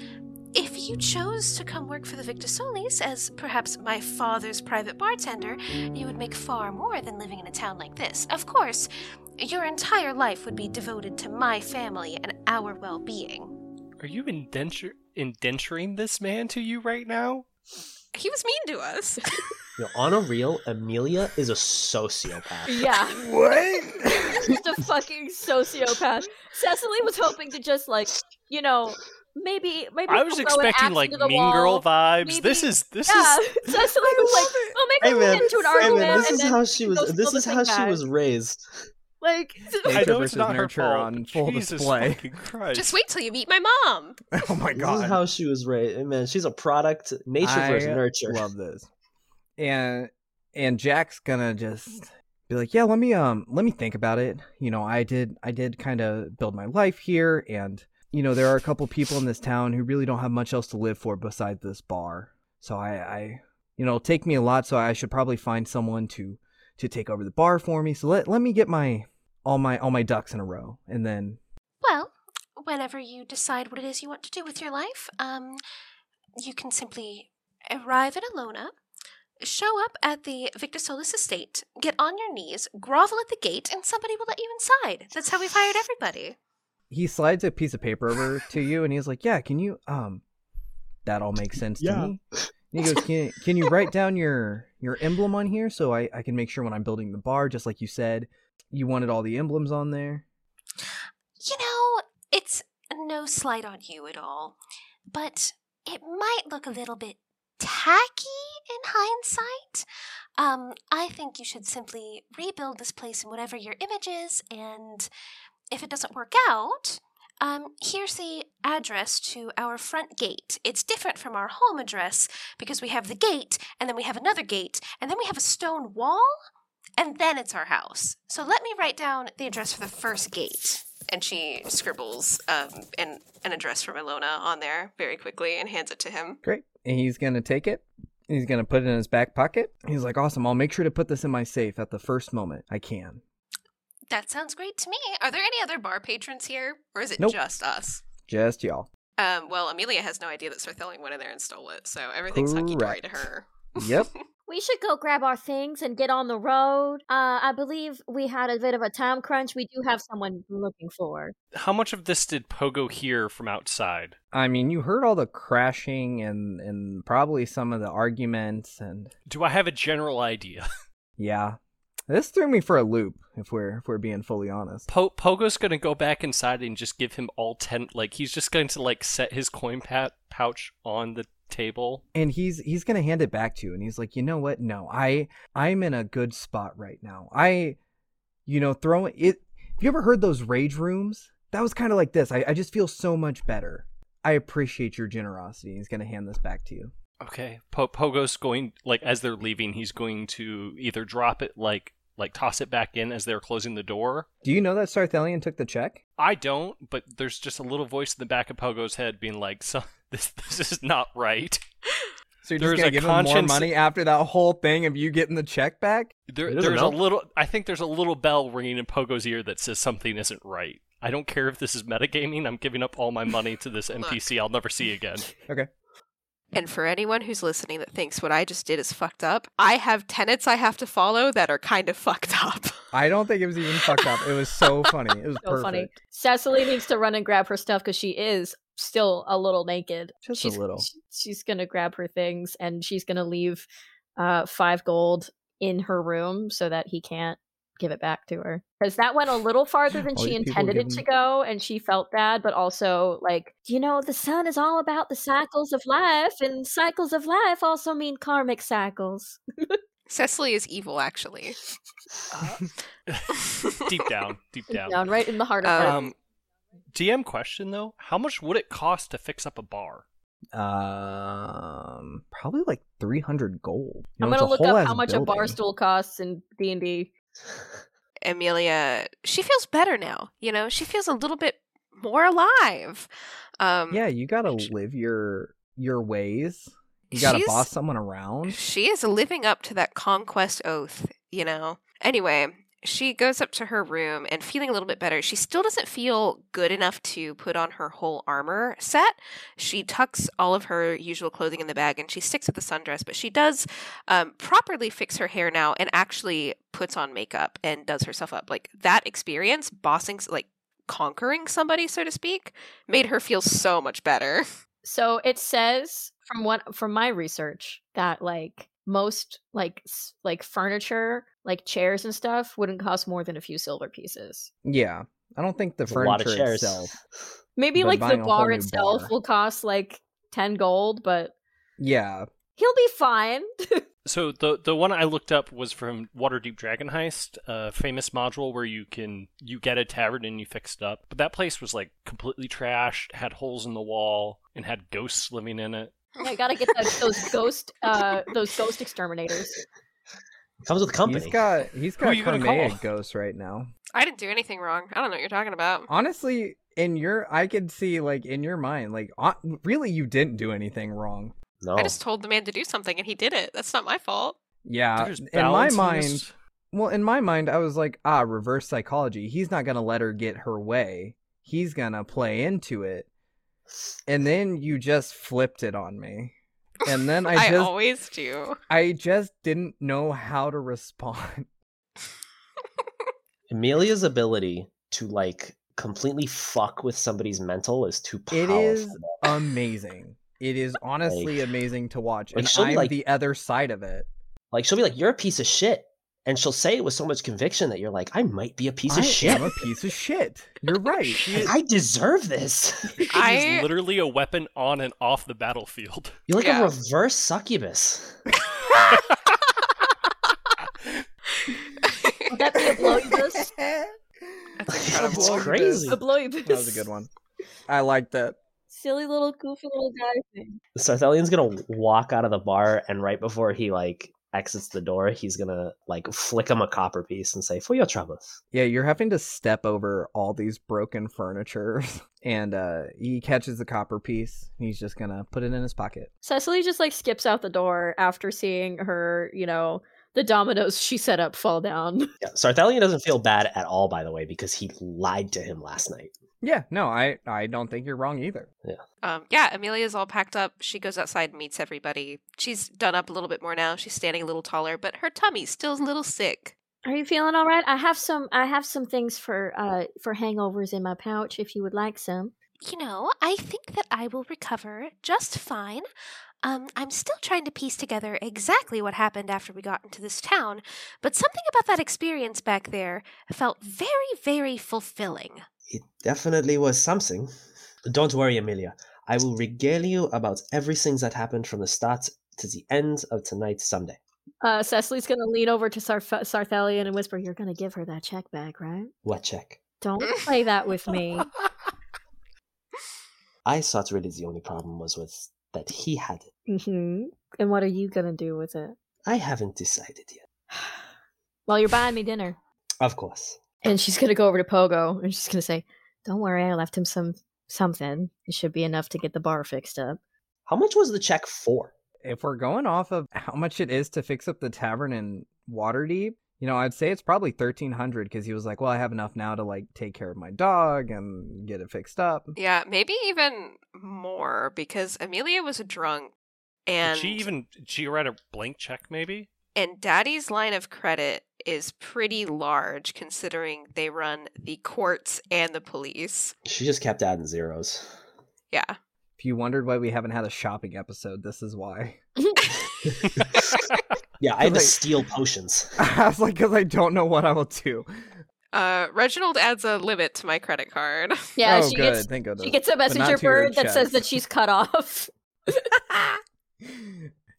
Speaker 7: if you chose to come work for the Victosolis as perhaps my father's private bartender, you would make far more than living in a town like this. Of course, your entire life would be devoted to my family and our well being.
Speaker 5: Are you indenture indenturing this man to you right now?
Speaker 2: "He was mean to us."
Speaker 3: You know,
Speaker 1: uh
Speaker 3: on a reel, Amelia is a sociopath.
Speaker 4: Yeah.
Speaker 1: What?
Speaker 4: just a fucking sociopath. Cecily was hoping to just like, you know, maybe maybe
Speaker 5: I was
Speaker 4: throw an axe
Speaker 5: expecting like
Speaker 4: into the
Speaker 5: mean
Speaker 4: wall.
Speaker 5: girl vibes.
Speaker 4: Maybe-
Speaker 5: This is this
Speaker 4: yeah,
Speaker 5: is
Speaker 4: Cecily was like, "Oh, make her get into an argument."
Speaker 3: this
Speaker 4: and
Speaker 3: is
Speaker 4: then
Speaker 3: how she was.
Speaker 4: they'll
Speaker 3: This
Speaker 4: still
Speaker 3: is how she
Speaker 4: defend
Speaker 3: was raised.
Speaker 4: like,
Speaker 5: I
Speaker 1: Nature
Speaker 5: know it's
Speaker 1: versus
Speaker 5: not her
Speaker 1: nurture
Speaker 5: fault.
Speaker 1: on
Speaker 5: but
Speaker 1: full
Speaker 5: Jesus
Speaker 1: display.
Speaker 5: fucking Christ.
Speaker 2: Just wait till you meet my mom.
Speaker 1: oh my
Speaker 3: This is
Speaker 1: god.
Speaker 3: how she was raised. And Man, she's a product. Nature
Speaker 1: I
Speaker 3: versus nurture.
Speaker 1: Love this. And and Jack's gonna just be like, yeah, let me um let me think about it. You know, I did I did kind of build my life here, and you know there are a couple people in this town who really don't have much else to live for besides this bar. So I I you know it'll take me a lot, so I should probably find someone to to take over the bar for me. So let let me get my all my all my ducks in a row, and then
Speaker 7: Well, whenever you decide what it is you want to do with your life, um, you can simply arrive at Alona, show up at the Victor Solis estate, get on your knees, grovel at the gate, and somebody will let you inside. That's how we've hired everybody.
Speaker 1: he slides a piece of paper over to you and he's like, "Yeah, can you um that all makes sense
Speaker 3: Yeah.
Speaker 1: to me." And he goes, "Can can you write down your your emblem on here so I I can make sure when I'm building the bar just like you said, you wanted all the emblems on there."
Speaker 7: You know, it's no slight on you at all, but it might look a little bit tacky in hindsight. Um, I think you should simply rebuild this place in whatever your image is, and if it doesn't work out, um, here's the address to our front gate. It's different from our home address because we have the gate, and then we have another gate, and then we have a stone wall,
Speaker 2: and then it's our house. So let me write down the address for the first gate. And she scribbles um, an, an address from Ilona on there very quickly and hands it to him.
Speaker 1: Great. And he's going to take it. He's going to put it in his back pocket. He's like, "Awesome. I'll make sure to put this in my safe at the first moment I can."
Speaker 2: That sounds great to me. Are there any other bar patrons here? Or is it
Speaker 1: Nope.
Speaker 2: just us?
Speaker 1: Just y'all.
Speaker 2: Um, well, Amelia has no idea that Sarthelian went in there and stole it, so everything's hunky dory to
Speaker 1: Correct.
Speaker 2: her.
Speaker 1: Yep.
Speaker 4: we should go grab our things and get on the road. Uh, I believe we had a bit of a time crunch. We do have someone we're looking for.
Speaker 5: How much of this did Pogo hear from outside?
Speaker 1: I mean, you heard all the crashing and and probably some of the arguments and
Speaker 5: Do I have a general idea?
Speaker 1: Yeah. This threw me for a loop, if we're if we're being fully honest.
Speaker 5: Po- Pogo's gonna go back inside and just give him all ten. Like he's just going to like set his coin pat- pouch on the table.
Speaker 1: And he's he's gonna hand it back to you and he's like, you know what? No, I I'm in a good spot right now. I you know, throwing it have you ever heard those rage rooms? That was kinda like this. I, I just feel so much better. I appreciate your generosity. He's gonna hand this back to you.
Speaker 5: Okay. Po- Pogo's going like as they're leaving, he's going to either drop it like like toss it back in as they're closing the door.
Speaker 1: Do you know that Sarthelian took the check?
Speaker 5: I don't, but there's just a little voice in the back of Pogo's head being like, "So this this is not right."
Speaker 1: So you're
Speaker 5: There's
Speaker 1: just gonna
Speaker 5: a
Speaker 1: give him
Speaker 5: conscience-
Speaker 1: more money after that whole thing of you getting the check back?
Speaker 5: There,
Speaker 3: It doesn't
Speaker 5: there's a
Speaker 3: know.
Speaker 5: little. I think there's a little bell ringing in Pogo's ear that says something isn't right. I don't care if this is metagaming. I'm giving up all my money to this NPC I'll never see again.
Speaker 2: And for anyone who's listening that thinks what I just did is fucked up, I have tenets I have to follow that are kind of fucked up.
Speaker 1: I don't think it was even fucked up. It was so funny. It was
Speaker 4: So
Speaker 1: perfect.
Speaker 4: funny. Cecily needs to run and grab her stuff because she is still a little naked.
Speaker 1: Just a
Speaker 4: she's,
Speaker 1: little.
Speaker 4: sh- She's gonna grab her things and she's gonna leave uh, five gold in her room so that he can't give it back to her because that went a little farther than
Speaker 1: All
Speaker 4: she
Speaker 1: these people
Speaker 4: intended it to
Speaker 1: giving-
Speaker 4: go and she felt bad but also like you know the sun is all about the cycles of life and cycles of life also mean karmic cycles
Speaker 2: Cecily is evil, actually.
Speaker 5: deep down, deep down.
Speaker 4: Down right in the heart of it.
Speaker 2: Um,
Speaker 5: Um, DM question though: How much would it cost to fix up a bar?
Speaker 1: Um, probably like 300 gold. You
Speaker 4: I'm
Speaker 1: know, it's
Speaker 4: gonna look
Speaker 1: whole
Speaker 4: up
Speaker 1: ass
Speaker 4: how much a bar
Speaker 1: building.
Speaker 4: stool costs in D and D.
Speaker 2: Amelia, she feels better now. You know, she feels a little bit more alive. Um,
Speaker 1: Yeah, you gotta
Speaker 2: Sh-
Speaker 1: live your your ways. You gotta
Speaker 2: She's-
Speaker 1: boss someone around.
Speaker 2: She is living up to that conquest oath, you know? Anyway, she goes up to her room and feeling a little bit better. She still doesn't feel good enough to put on her whole armor set. She tucks all of her usual clothing in the bag and she sticks with the sundress, but she does um, properly fix her hair now and actually puts on makeup and does herself up. Like that experience, bossing, s- like conquering somebody, so to speak, made her feel so much better.
Speaker 4: So it says from what from my research that like most like s- like furniture like chairs and stuff wouldn't cost more than a few silver pieces.
Speaker 1: Yeah, I don't think the
Speaker 3: It's a lot of
Speaker 1: furniture
Speaker 3: chairs.
Speaker 1: itself.
Speaker 4: Maybe
Speaker 1: But
Speaker 4: like the
Speaker 1: buying a whole
Speaker 4: bar
Speaker 1: new
Speaker 4: itself
Speaker 1: bar.
Speaker 4: will cost like ten gold, but
Speaker 1: Yeah,
Speaker 4: he'll be fine.
Speaker 5: So the the one I looked up was from Waterdeep Dragon Heist, a famous module where you can you get a tavern and you fix it up. But that place was like completely trashed, had holes in the wall, and had ghosts living in it.
Speaker 4: I gotta get that, those ghost uh those ghost exterminators.
Speaker 3: Comes with company.
Speaker 1: he's got he's got
Speaker 5: you gonna
Speaker 1: Carmea
Speaker 5: call?
Speaker 1: ghosts right now.
Speaker 2: I didn't do anything wrong. I don't know what you're talking about.
Speaker 1: Honestly, in your I could see like in your mind, like on, really you didn't do anything wrong.
Speaker 3: no.
Speaker 5: Oh.
Speaker 2: I just told the man to do something and he did it. That's not my fault.
Speaker 1: Yeah,
Speaker 5: There's
Speaker 1: in my
Speaker 5: balance in
Speaker 1: mind,
Speaker 5: this-
Speaker 1: well, in my mind, I was like, ah, reverse psychology. He's not gonna let her get her way. He's gonna play into it, and then you just flipped it on me, and then I
Speaker 2: I,
Speaker 1: just
Speaker 2: always do.
Speaker 1: I just didn't know how to respond.
Speaker 3: Amelia's ability to like completely fuck with somebody's mental is too
Speaker 1: It
Speaker 3: powerful.
Speaker 1: is amazing. It is honestly
Speaker 3: Like-
Speaker 1: amazing to watch,
Speaker 3: like,
Speaker 1: and
Speaker 3: she'll be
Speaker 1: I'm
Speaker 3: like-
Speaker 1: the other side of it.
Speaker 3: Like she'll be like, "You're a piece of shit," and she'll say it with so much conviction that you're like, "I might be a piece
Speaker 1: I
Speaker 3: of shit.
Speaker 1: am a piece of shit. You're right.
Speaker 5: She-
Speaker 3: I deserve this."
Speaker 5: She
Speaker 2: I-
Speaker 5: is literally a weapon on and off the battlefield.
Speaker 3: You're like
Speaker 2: Yeah.
Speaker 3: a reverse succubus.
Speaker 4: Would that be a blow you just?
Speaker 2: That's
Speaker 3: That's
Speaker 2: incredible.
Speaker 3: crazy.
Speaker 4: A blow you
Speaker 1: That was a good one. I liked that.
Speaker 4: Silly little goofy little guy thing.
Speaker 3: Sarthelian's gonna walk out of the bar, and right before he like exits the door, he's gonna like flick him a copper piece and say, "For your troubles."
Speaker 1: Yeah, you're having to step over all these broken furniture, and uh, he catches the copper piece. And he's just gonna put it in his pocket.
Speaker 4: Cecily just like skips out the door after seeing her, you know, the dominoes she set up fall down.
Speaker 3: Yeah, Sarthelian doesn't feel bad at all, by the way, because he lied to him last night.
Speaker 1: Yeah, no, I I don't think you're wrong either.
Speaker 2: Um, yeah, Amelia's all packed up. She goes outside and meets everybody. She's done up a little bit more now. She's standing a little taller, but her tummy's still a little sick.
Speaker 4: Are you feeling all right? I have some I have some things for uh for hangovers in my pouch if you would like some.
Speaker 7: You know, I think that I will recover just fine. Um, I'm still trying to piece together exactly what happened after we got into this town, but something about that experience back there felt very, very fulfilling.
Speaker 3: It definitely was something. Don't worry, Amelia. I will regale you about everything that happened from the start to the end of tonight someday.
Speaker 4: Uh Cecily's going to lean over to Sarf- Sarthalion and whisper, "You're going to give her that check back, right?
Speaker 3: What check?
Speaker 4: Don't play that with me."
Speaker 3: I thought really the only problem was with that he had it.
Speaker 4: mhm. And what are you going to do with it?
Speaker 3: I haven't decided yet.
Speaker 4: Well, you're buying me dinner.
Speaker 3: Of course.
Speaker 4: And she's gonna go over to Pogo and she's gonna say, "Don't worry, I left him some something. It should be enough to get the bar fixed up."
Speaker 3: How much was the check for?
Speaker 1: If we're going off of how much it is to fix up the tavern in Waterdeep, you know, I'd say it's probably thirteen hundred because he was like, well, I have enough now to like take care of my dog and get it fixed up.
Speaker 2: Yeah, maybe even more because Amelia was drunk
Speaker 5: Did
Speaker 2: and
Speaker 5: she even did she write a blank check maybe?
Speaker 2: and daddy's line of credit is pretty large considering they run the courts and the police.
Speaker 3: She just kept adding zeros.
Speaker 2: Yeah.
Speaker 1: If you wondered why we haven't had a shopping episode, this is why.
Speaker 3: Yeah, I had to
Speaker 1: Like-
Speaker 3: steal potions.
Speaker 1: I was like, because I don't know what I will do.
Speaker 2: Uh, Reginald adds a limit to my credit card.
Speaker 4: Yeah,
Speaker 1: oh,
Speaker 4: she
Speaker 1: good.
Speaker 4: gets
Speaker 1: Thank goodness.
Speaker 4: she gets a
Speaker 1: not
Speaker 4: messenger
Speaker 1: to your
Speaker 4: bird that says
Speaker 1: checks.
Speaker 4: that she's cut off.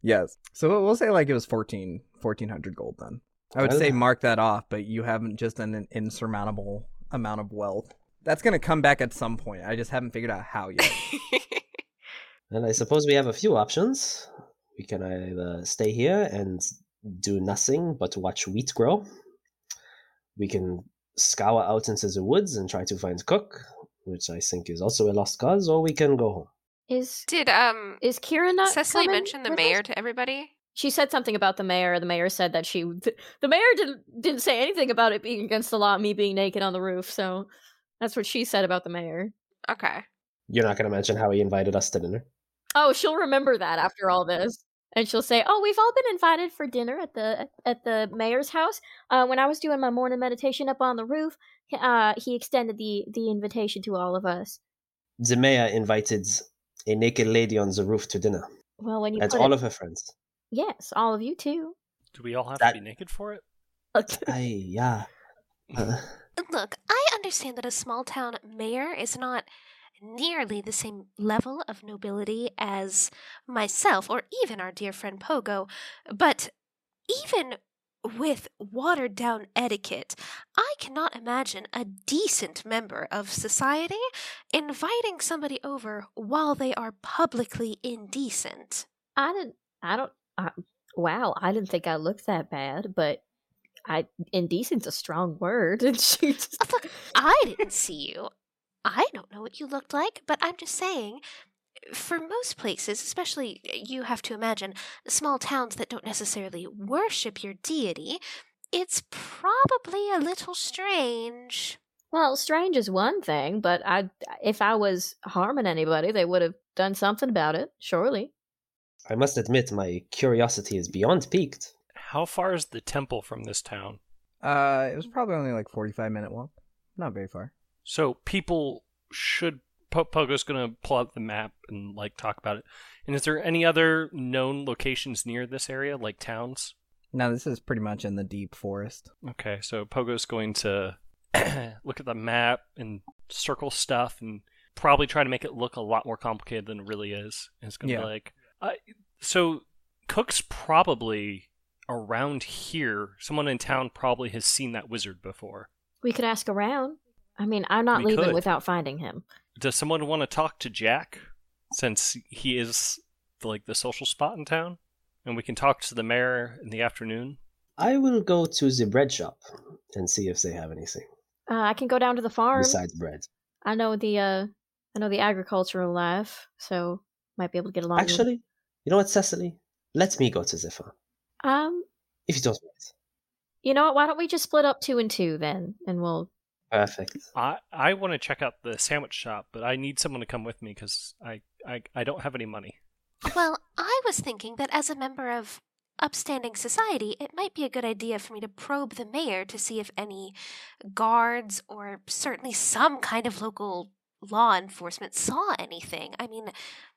Speaker 1: Yes. So we'll- we'll say like it was 14, 1400 gold then. I would
Speaker 3: Oh.
Speaker 1: say mark that off, but you haven't just an, an insurmountable amount of wealth. That's going to come back at some point. I just haven't figured out how yet.
Speaker 3: And I suppose we have a few options. We can either stay here and do nothing but watch wheat grow. We can scour out into the woods and try to find Cook, which I think is also a lost cause, or we can go home.
Speaker 4: Is
Speaker 2: Did um
Speaker 4: is Kira not?
Speaker 2: Cecily
Speaker 4: coming
Speaker 2: mention the
Speaker 4: with us?
Speaker 2: mayor to everybody?
Speaker 4: She said something about the mayor. The mayor said that she th- the mayor didn't didn't say anything about it being against the law, me being naked on the roof. So that's what she said about the mayor.
Speaker 2: Okay.
Speaker 3: You're not going to mention how he invited us to dinner?
Speaker 4: Oh, she'll remember that after all this. And she'll say, "Oh, we've all been invited for dinner at the at the mayor's house. Uh, when I was doing my morning meditation up on the roof, h- uh, he extended the the invitation to all of us.
Speaker 3: The mayor invited a naked lady on the roof to dinner,
Speaker 4: Well, when you
Speaker 3: and
Speaker 4: put
Speaker 3: all
Speaker 4: it,
Speaker 3: of her friends.
Speaker 4: yes, all of you too.
Speaker 5: Do we all have
Speaker 3: That-
Speaker 5: to be naked for it?
Speaker 3: Ay, yeah. Uh,
Speaker 7: Look, I understand that a small town mayor is not nearly the same level of nobility as myself or even our dear friend Pogo, but even with watered down etiquette, I cannot imagine a decent member of society inviting somebody over while they are publicly indecent.
Speaker 4: I didn't. I don't. I, wow, I didn't think I looked that bad, but I indecent's a strong word. And she just,
Speaker 7: Look, I didn't see you. I don't know what you looked like, but I'm just saying, for most places, especially you have to imagine small towns that don't necessarily worship your deity, it's probably a little strange.
Speaker 4: well, strange is one thing, but I if I was harming anybody, they would have done something about it. Surely.
Speaker 3: I must admit, my curiosity is beyond piqued.
Speaker 5: How far is the temple from this town?
Speaker 1: uh, it was probably only like 45 minute walk. Not very far.
Speaker 5: So people should. Po- Pogo's going to pull out the map and like talk about it. And is there any other known locations near this area, like towns?
Speaker 1: Now, this is pretty much in the deep forest.
Speaker 5: Okay, so Pogo's going to look at the map and circle stuff and probably try to make it look a lot more complicated than it really is. And it's going to
Speaker 1: Yeah.
Speaker 5: be like, uh, so Cook's probably around here. Someone in town probably has seen that wizard before.
Speaker 4: We could ask around. I mean, I'm not
Speaker 5: We
Speaker 4: leaving
Speaker 5: could.
Speaker 4: without finding him.
Speaker 5: Does someone want to talk to Jack since he is like the social spot in town? And we can talk to the mayor in the afternoon.
Speaker 3: I will go to the bread shop and see if they have anything
Speaker 4: Uh, I can go down to the farm.
Speaker 3: besides bread.
Speaker 4: I know the uh, I know the agricultural life, so might be able to get along. with-
Speaker 3: Actually, you know what, Cecily? Let me go to the farm,
Speaker 4: um,
Speaker 3: if you don't mind.
Speaker 4: you know what? Why don't we just split up two and two then, and we'll
Speaker 3: Perfect.
Speaker 5: I I want to check out the sandwich shop, but I need someone to come with me because I, I I don't have any money.
Speaker 7: Well, I was thinking that as a member of upstanding society, it might be a good idea for me to probe the mayor to see if any guards or certainly some kind of local law enforcement saw anything. I mean,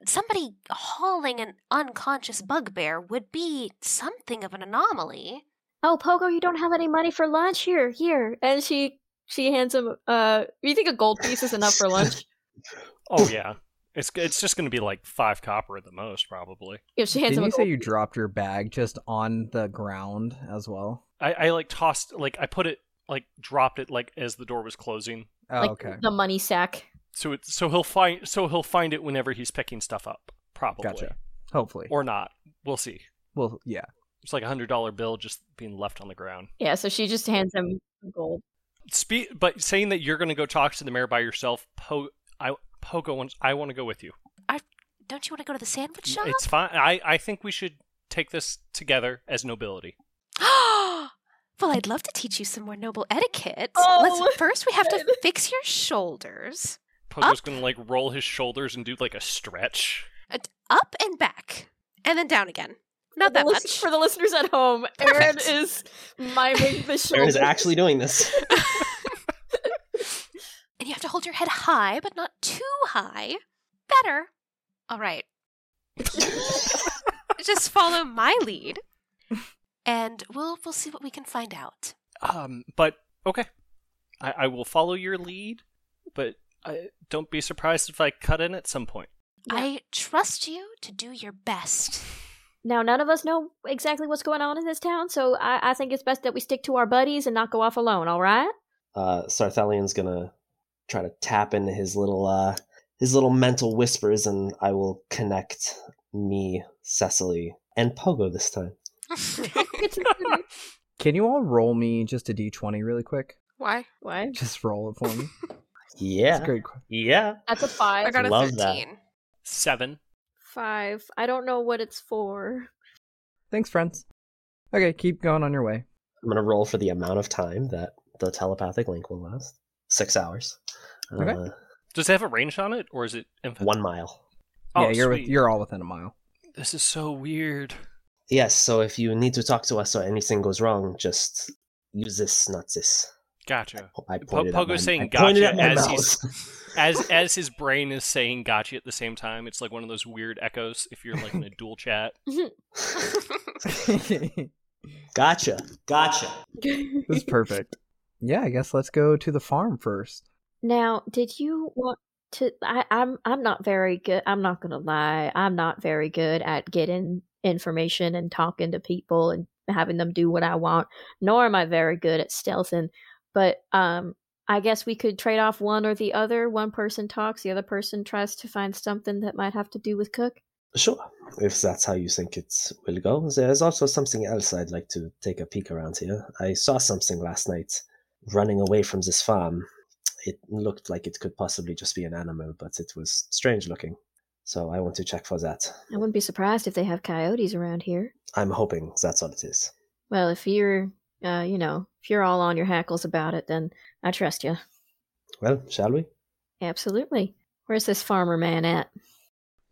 Speaker 7: somebody hauling an unconscious bugbear would be something of an anomaly.
Speaker 4: Oh, Pogo, you don't have any money for lunch? Here, here. And she she hands him uh you think a gold piece is enough for lunch?
Speaker 5: Oh yeah, it's it's just going to be like five copper at the most, probably.
Speaker 4: Yeah, she hands
Speaker 1: Didn't
Speaker 4: him
Speaker 1: you
Speaker 4: a
Speaker 1: say
Speaker 4: gold
Speaker 1: you dropped your bag just on the ground as well?
Speaker 5: I, I like tossed like I put it like dropped it like as the door was closing,
Speaker 1: Oh,
Speaker 4: like
Speaker 1: okay.
Speaker 4: the money sack.
Speaker 5: so it so he'll find so he'll find it whenever he's picking stuff up, probably
Speaker 1: Gotcha. Hopefully.
Speaker 5: or not. We'll see.
Speaker 1: well, yeah.
Speaker 5: It's like a hundred dollar bill just being left on the ground.
Speaker 4: Yeah, so she just hands him gold.
Speaker 5: Spe- but saying that you're going to go talk to the mayor by yourself, po- I Pogo wants I want to go with you.
Speaker 7: Don't you want to go to the sandwich shop?
Speaker 5: It's fine. I, I think we should take this together as nobility.
Speaker 7: well, I'd love to teach you some more noble etiquette.
Speaker 4: Oh,
Speaker 7: Let's first we have to
Speaker 4: good.
Speaker 7: fix your shoulders
Speaker 5: Pogo's
Speaker 7: Up.
Speaker 5: gonna like roll his shoulders and do like a stretch.
Speaker 7: uh, up and back, and then down again. Not
Speaker 4: For
Speaker 7: that
Speaker 4: the lis-
Speaker 7: much.
Speaker 4: For the listeners at home, Aaron
Speaker 7: Perfect.
Speaker 4: is miming the show.
Speaker 3: There is actually doing this.
Speaker 7: and you have to hold your head high, but not too high. Better. All right. Just follow my lead, and we'll we'll see what we can find out.
Speaker 5: Um, but okay, I, I will follow your lead, but I, don't be surprised if I cut in at some point.
Speaker 4: Yeah.
Speaker 7: I trust you to do your best.
Speaker 4: Now, none of us know exactly what's going on in this town, so I, I think it's best that we stick to our buddies and not go off alone, all right?
Speaker 3: uh, Sarthelion's gonna try to tap into his little uh, his little mental whispers, and I will connect me, Cecily, and Pogo this time.
Speaker 4: Oh,
Speaker 1: Can you all roll me just a d20 really quick?
Speaker 2: Why?
Speaker 4: Why?
Speaker 1: Just roll it for me. That's
Speaker 3: Yeah,
Speaker 1: a great. que-
Speaker 3: yeah.
Speaker 4: That's a
Speaker 2: I
Speaker 4: five.
Speaker 2: got a
Speaker 3: Love that.
Speaker 2: 13.
Speaker 5: Seven.
Speaker 4: Five. I don't know what it's for.
Speaker 1: Thanks, friends. Okay, keep going on your way.
Speaker 3: I'm gonna roll for the amount of time that the telepathic link will last. Six hours.
Speaker 1: Okay.
Speaker 3: Uh,
Speaker 5: Does it have a range on it, or is it infinite?
Speaker 3: one mile.
Speaker 5: Oh,
Speaker 1: yeah, you're with,
Speaker 5: sweet.
Speaker 1: you're all within a mile.
Speaker 5: This is so weird.
Speaker 3: Yes. So if you need to talk to us or anything goes wrong, just use this, not this.
Speaker 5: Gotcha.
Speaker 3: I
Speaker 5: Po-
Speaker 3: pointed at
Speaker 5: Pogo's
Speaker 3: my-
Speaker 5: saying
Speaker 3: I pointed
Speaker 5: gotcha
Speaker 3: at my
Speaker 5: as
Speaker 3: mouth.
Speaker 5: As as his brain is saying gotcha at the same time, it's like one of those weird echoes if you're like in a dual chat.
Speaker 1: this
Speaker 3: gotcha. Gotcha.
Speaker 1: is perfect. Yeah, I guess let's go to the farm first.
Speaker 4: Now, did you want to? I, I'm I'm not very good. I'm not gonna lie. I'm not very good at getting information and talking to people and having them do what I want. Nor am I very good at stealthing. But um, I guess we could trade off one or the other. One person talks, the other person tries to find something that might have to do with Cook.
Speaker 3: Sure, if that's how you think it will go. There's also something else I'd like to take a peek around here. I saw something last night running away from this farm. It looked like it could possibly just be an animal, but it was strange looking. So I want to check for that.
Speaker 4: I wouldn't be surprised if they have coyotes around here.
Speaker 3: I'm hoping that's all it is.
Speaker 4: Well, if you're, uh, you know, if you're all on your hackles about it, then I trust you.
Speaker 3: Well, shall we?
Speaker 4: Absolutely. Where's this farmer man at?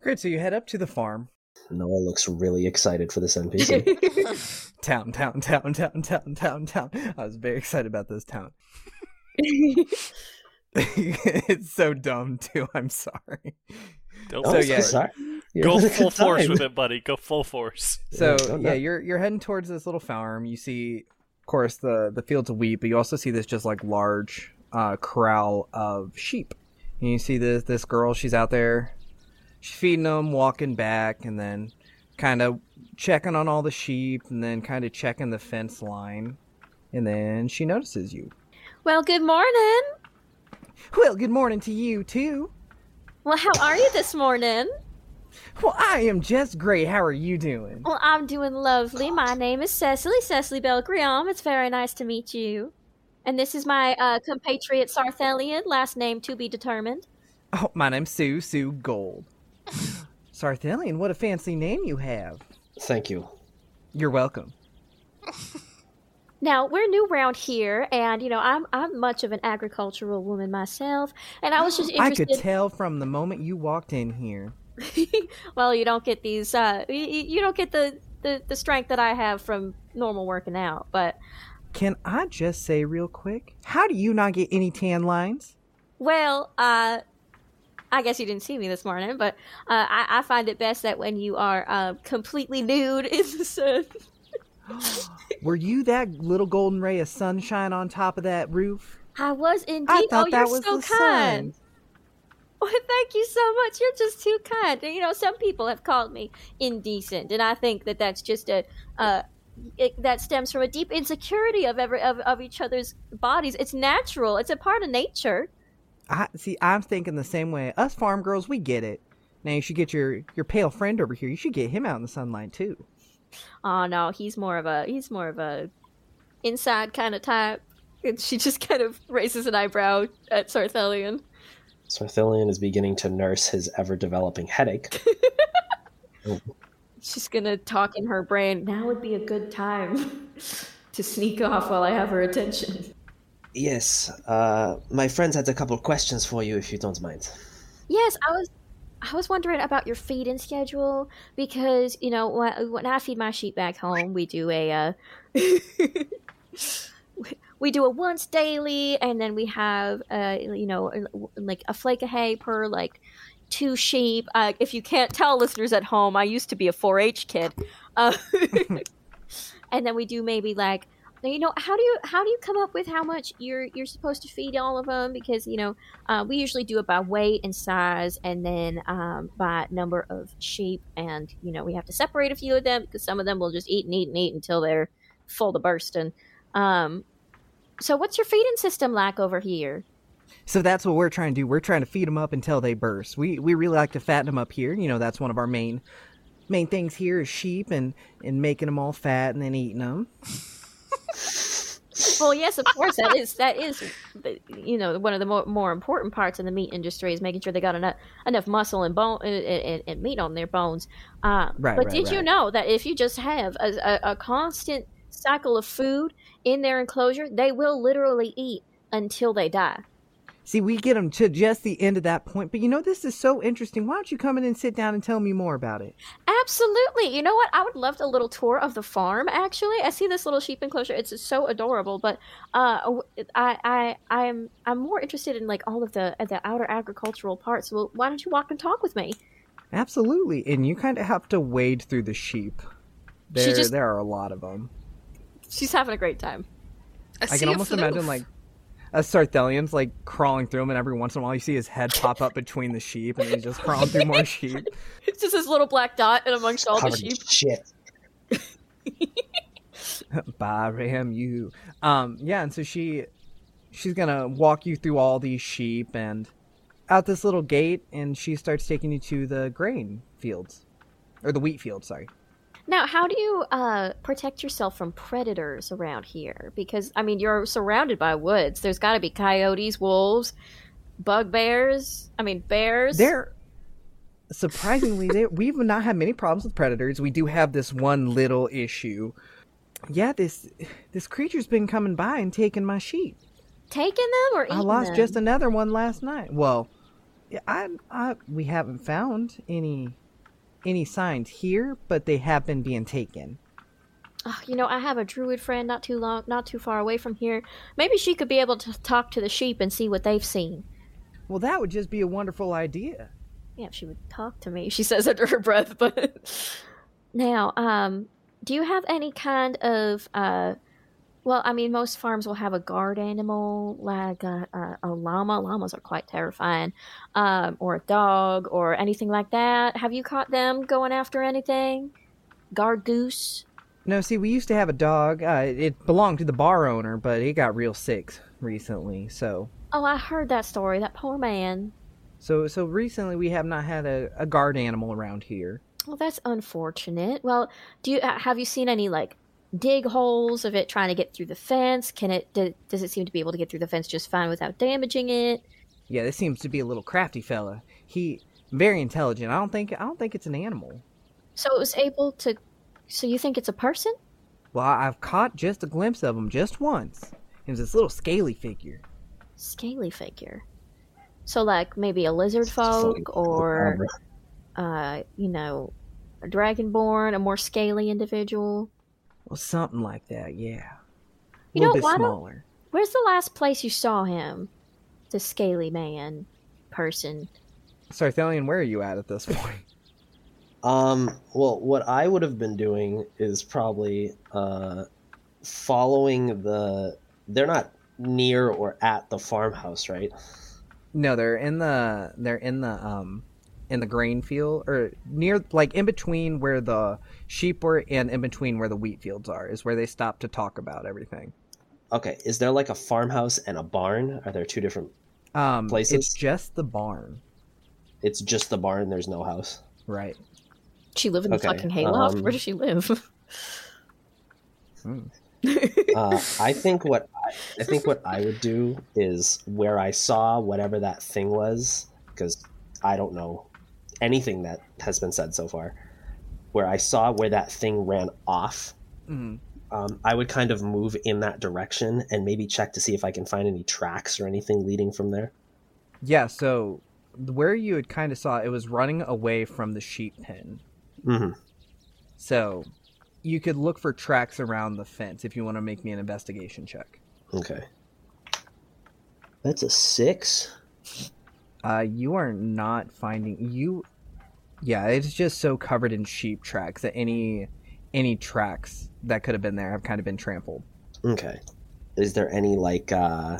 Speaker 1: Great, so you head up to the farm.
Speaker 3: Noah looks really excited for this NPC.
Speaker 1: Town, town, town, town, town, town, town. I was very excited about this town. it's so dumb too. I'm sorry.
Speaker 5: Don't
Speaker 1: So,
Speaker 3: Oh,
Speaker 1: yeah.
Speaker 3: sorry. You're
Speaker 5: Go
Speaker 3: having a
Speaker 5: full
Speaker 3: good
Speaker 5: force
Speaker 3: time.
Speaker 5: with it, buddy. Go full force.
Speaker 1: So
Speaker 3: Yeah, oh, no,
Speaker 1: yeah,
Speaker 3: no.
Speaker 1: you're you're heading towards this little farm. You see, of course, the the fields of wheat, but you also see this just like large uh, corral of sheep. And you see this this girl. She's out there. She's feeding them, walking back, and then kind of checking on all the sheep, and then kind of checking the fence line. And then she notices you.
Speaker 4: well, good morning.
Speaker 1: Well, good morning to you too.
Speaker 4: Well, how are you this morning?
Speaker 1: Well, I am just great. How are you doing?
Speaker 4: Well, I'm doing lovely. My name is Cecily, Cecily Belgriam. It's very nice to meet you. And this is my uh, compatriot Sarthelian, last name to be determined.
Speaker 1: Oh, my name's Sue Sue Gold. Sarthelian, what a fancy name you have.
Speaker 3: Thank you.
Speaker 1: You're welcome.
Speaker 4: Now, we're new round here, and you know, I'm I'm much of an agricultural woman myself, and I was just interested
Speaker 1: I could tell from the moment you walked in here.
Speaker 4: well, you don't get these. Uh, you, you don't get the, the the strength that I have from normal working out. But
Speaker 1: Can I just say real quick, how do you not get any tan lines?
Speaker 4: well, uh, I guess you didn't see me this morning, but uh, I, I find it best that when you are uh, completely nude in the sun.
Speaker 1: Were you that little golden ray of sunshine on top of that roof?
Speaker 4: I was indeed.
Speaker 1: I thought
Speaker 4: oh,
Speaker 1: that
Speaker 4: you're
Speaker 1: was
Speaker 4: so kind.
Speaker 1: the sun.
Speaker 4: Well, thank you so much. You're just too kind. And, you know, some people have called me indecent, and I think that that's just a uh, it, that stems from a deep insecurity of every of, of each other's bodies. It's natural. It's a part of nature.
Speaker 1: I see. I'm thinking the same way. Us farm girls, we get it. Now you should get your your pale friend over here. You should get him out in the sunlight too.
Speaker 4: Oh no, he's more of a he's more of a inside kind of type. And she just kind of raises an eyebrow at Sarthelian.
Speaker 3: Sarthelion is beginning to nurse his ever developing headache.
Speaker 4: She's gonna talk in her brain. Now would be a good time to sneak off while I have her attention.
Speaker 3: Yes, uh, my friend had a couple questions for you if you don't mind.
Speaker 4: Yes, I was. I was wondering about your feeding schedule because you know when, when I feed my sheep back home, we do a uh, we- we do a once daily, and then we have uh, you know like a flake of hay per like two sheep. Uh, if you can't tell, listeners at home, I used to be a 4-H kid, uh, and then we do maybe like. Now, you know how do you how do you come up with how much you're you're supposed to feed all of them? Because you know uh, we usually do it by weight and size, and then um, by number of sheep, and you know we have to separate a few of them because some of them will just eat and eat and eat until they're full to bursting. Um, so what's your feeding system like over here?
Speaker 1: So that's what we're trying to do. We're trying to feed them up until they burst. We we really like to fatten them up here. You know, that's one of our main main things here is sheep and and making them all fat and then eating them.
Speaker 4: Well, yes, of course that is that is the- you know one of the more, more important parts in the meat industry is making sure they got enough enough muscle and bone and, and, and meat on their bones. Uh,
Speaker 1: Right,
Speaker 4: but
Speaker 1: right,
Speaker 4: did you
Speaker 1: right.
Speaker 4: know that if you just have a, a, a constant cycle of food in their enclosure, they will literally eat until they die.
Speaker 1: See, we get them to just the end of that point. But you know, this is so interesting. Why don't you come in and sit down and tell me more about it?
Speaker 4: Absolutely. You know what? I would love a little tour of the farm. Actually, I see this little sheep enclosure. It's just so adorable. But uh, w- I, I, I'm, I'm more interested in like all of the the outer agricultural parts. Well, why don't you walk and talk with me?
Speaker 1: Absolutely. And you kind of have to wade through the sheep. There,
Speaker 4: just-
Speaker 1: there are a lot of them.
Speaker 4: She's having a great time.
Speaker 1: I can almost imagine like a Sarthelion's like crawling through them, and every once in a while you see his head pop up between the sheep, and he's just crawling through more sheep.
Speaker 4: It's just this little black dot in amongst all the
Speaker 3: Covered in
Speaker 4: sheep.
Speaker 3: shit.
Speaker 1: Bahram, you. Um, yeah, and so she, she's gonna walk you through all these sheep and out this little gate, and she starts taking you to the grain fields, or the wheat fields. Sorry.
Speaker 4: Now, how do you uh, protect yourself from predators around here? Because I mean, you're surrounded by woods. There's got to be coyotes, wolves, bugbears. I mean, bears.
Speaker 1: They're surprisingly they we've not had many problems with predators. We do have this one little issue. Yeah, this this creature's been coming by and taking my sheep.
Speaker 4: taking them or eating
Speaker 1: I lost
Speaker 4: them?
Speaker 1: just another one last night. Well, yeah, I, I we haven't found any any signs here, but they have been being taken.
Speaker 4: Oh, you know, I have a druid friend not too long, not too far away from here. Maybe she could be able to talk to the sheep and see what they've seen.
Speaker 1: Well, that would just be a wonderful idea.
Speaker 4: Yeah, if she would talk to me, she says under her breath. But now, um, do you have any kind of? Uh, well, I mean, most farms will have a guard animal, like a, a, a llama. Llamas are quite terrifying, um, or a dog, or anything like that. Have you caught them going after anything? Guard goose.
Speaker 1: No, see, we used to have a dog. Uh, it belonged to the bar owner, but it got real sick recently, so
Speaker 4: Oh, I heard that story. That poor man.
Speaker 1: So so recently we have not had a, a guard animal around here.
Speaker 4: Well, that's unfortunate. Well, do you uh, have you seen any like dig holes of it trying to get through the fence? Can it do, does it seem to be able to get through the fence just fine without damaging it?
Speaker 1: Yeah, this seems to be a little crafty fella. He very intelligent. I don't think I don't think it's an animal.
Speaker 4: So it was able to. So you think it's a person?
Speaker 1: Well, I- I've caught just a glimpse of him just once. It was this little scaly figure.
Speaker 4: Scaly figure. So like maybe a lizard
Speaker 3: Fucking
Speaker 4: folk or
Speaker 3: whatever.
Speaker 4: uh you know a dragonborn, a more scaly individual.
Speaker 1: Well, something like that. Yeah, a
Speaker 4: You
Speaker 1: little
Speaker 4: know,
Speaker 1: bit
Speaker 4: why don't-
Speaker 1: smaller.
Speaker 4: Where's the last place you saw him? The scaly man person.
Speaker 1: Sarthelian, where are you at at this point?
Speaker 3: Um, well, what I would have been doing is probably uh, following the. They're not near or at the farmhouse, right?
Speaker 1: No, they're in the they're in the um in the grain field or near like in between where the sheep were and in between where the wheat fields are is where they stop to talk about everything.
Speaker 3: Okay, is there like a farmhouse and a barn? Are there two different?
Speaker 1: um
Speaker 3: places?
Speaker 1: it's just the barn
Speaker 3: It's just the barn. There's no house.
Speaker 1: right
Speaker 4: She live in the
Speaker 3: Okay,
Speaker 4: fucking hayloft.
Speaker 3: um,
Speaker 4: Where does she live?
Speaker 3: Uh, I think what I, I think what I would do is where I saw whatever that thing was, because I don't know anything that has been said so far. Where I saw where that thing ran off,
Speaker 1: mm.
Speaker 3: um, I would kind of move in that direction and maybe check to see if I can find any tracks or anything leading from there.
Speaker 1: yeah so where you had kind of saw it was running away from the sheep pen
Speaker 3: hmm
Speaker 1: so you could look for tracks around the fence if you want to make me an investigation check
Speaker 3: Okay, that's a six.
Speaker 1: uh you are not finding you yeah it's just so covered in sheep tracks that any any tracks that could have been there have kind of been trampled
Speaker 3: Okay. Is there any like uh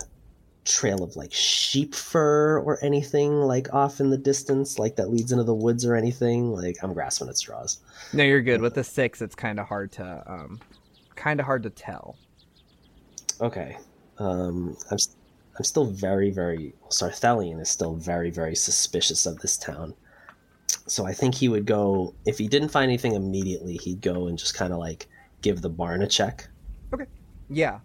Speaker 3: trail of like sheep fur or anything like off in the distance, like that leads into the woods or anything? Like I'm grasping at straws.
Speaker 1: No, you're good. With the six, it's kind of hard to, um, kind of hard to tell.
Speaker 3: Okay. Um I'm s- I'm still very very Sarthelian is still very very suspicious of this town. So I think he would go if he didn't find anything immediately, he'd go and just kind of like give the barn a check.
Speaker 1: Yeah,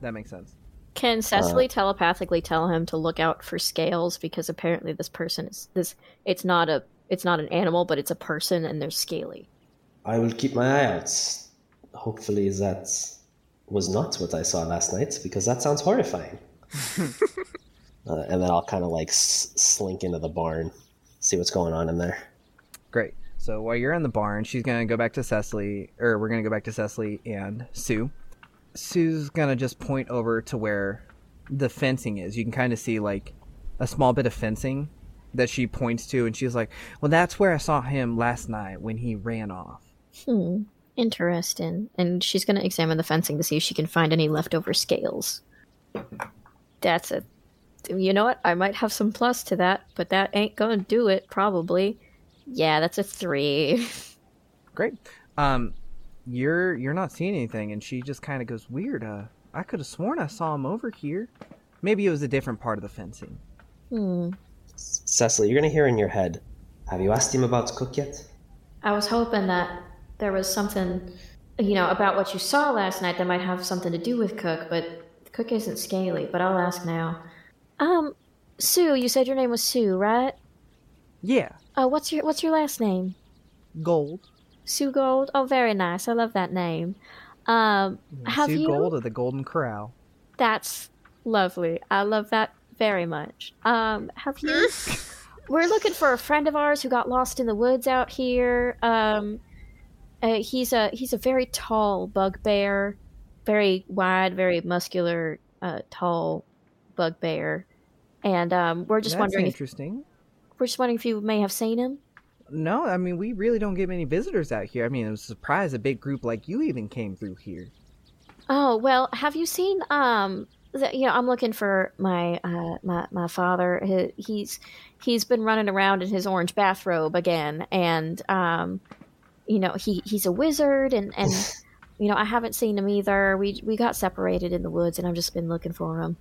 Speaker 1: that makes sense.
Speaker 4: Can Cecily telepathically tell him to look out for scales because apparently this person is this it's not a it's not an animal but it's a person and they're scaly.
Speaker 3: I will keep my eye out. Hopefully, that was not what I saw last night because that sounds horrifying. uh, and then I'll kind of like s- slink into the barn, see what's going on in there.
Speaker 1: Great. So while you're in the barn, she's gonna go back to Cecily, or we're gonna go back to Cecily and Sue. Sue's gonna just point over to where the fencing is. You can kind of see like a small bit of fencing that she points to, and she's like, "Well, that's where I saw him last night when he ran off."
Speaker 4: Hmm. Interesting. And she's gonna examine the fencing to see if she can find any leftover scales. That's a you know what? I might have some plus to that, but that ain't gonna do it, probably. Yeah, that's a three.
Speaker 1: Great. Um, you're you're not seeing anything, and she just kind of goes, "Weird. Uh, I could have sworn I saw him over here. Maybe it was a different part of the fencing."
Speaker 4: Hmm.
Speaker 3: S- Cecily, you're going to hear in your head Have you asked him about Cook yet?
Speaker 4: I was hoping that there was something, you know, about what you saw last night that might have something to do with Cook, but Cook isn't scaly, but I'll ask now. Um, Sue, you said your name was Sue, right?
Speaker 1: Yeah,
Speaker 4: Uh, what's your what's your last name?
Speaker 1: gold.
Speaker 4: Sue Gold? Oh, very nice. I love that name. Um, have
Speaker 1: Sue
Speaker 4: you?
Speaker 1: Gold of the Golden Corral.
Speaker 4: That's lovely. I love that very much. Um, have you? We're looking for a friend of ours who got lost in the woods out here. Um, uh, he's a he's a very tall bugbear, very wide, very muscular, uh, tall bugbear, and um, we're just
Speaker 1: That's
Speaker 4: wondering if
Speaker 1: Interesting.
Speaker 4: we're just wondering if you may have seen him.
Speaker 1: No, I mean we really don't get many visitors out here. I mean, it was a surprise a big group like you even came through here.
Speaker 4: Oh well, have you seen? Um, the, you know, I'm looking for my uh, my my father. He, he's he's been running around in his orange bathrobe again, and um, you know he he's a wizard, and and you know I haven't seen him either. We we got separated in the woods, and I've just been looking for him.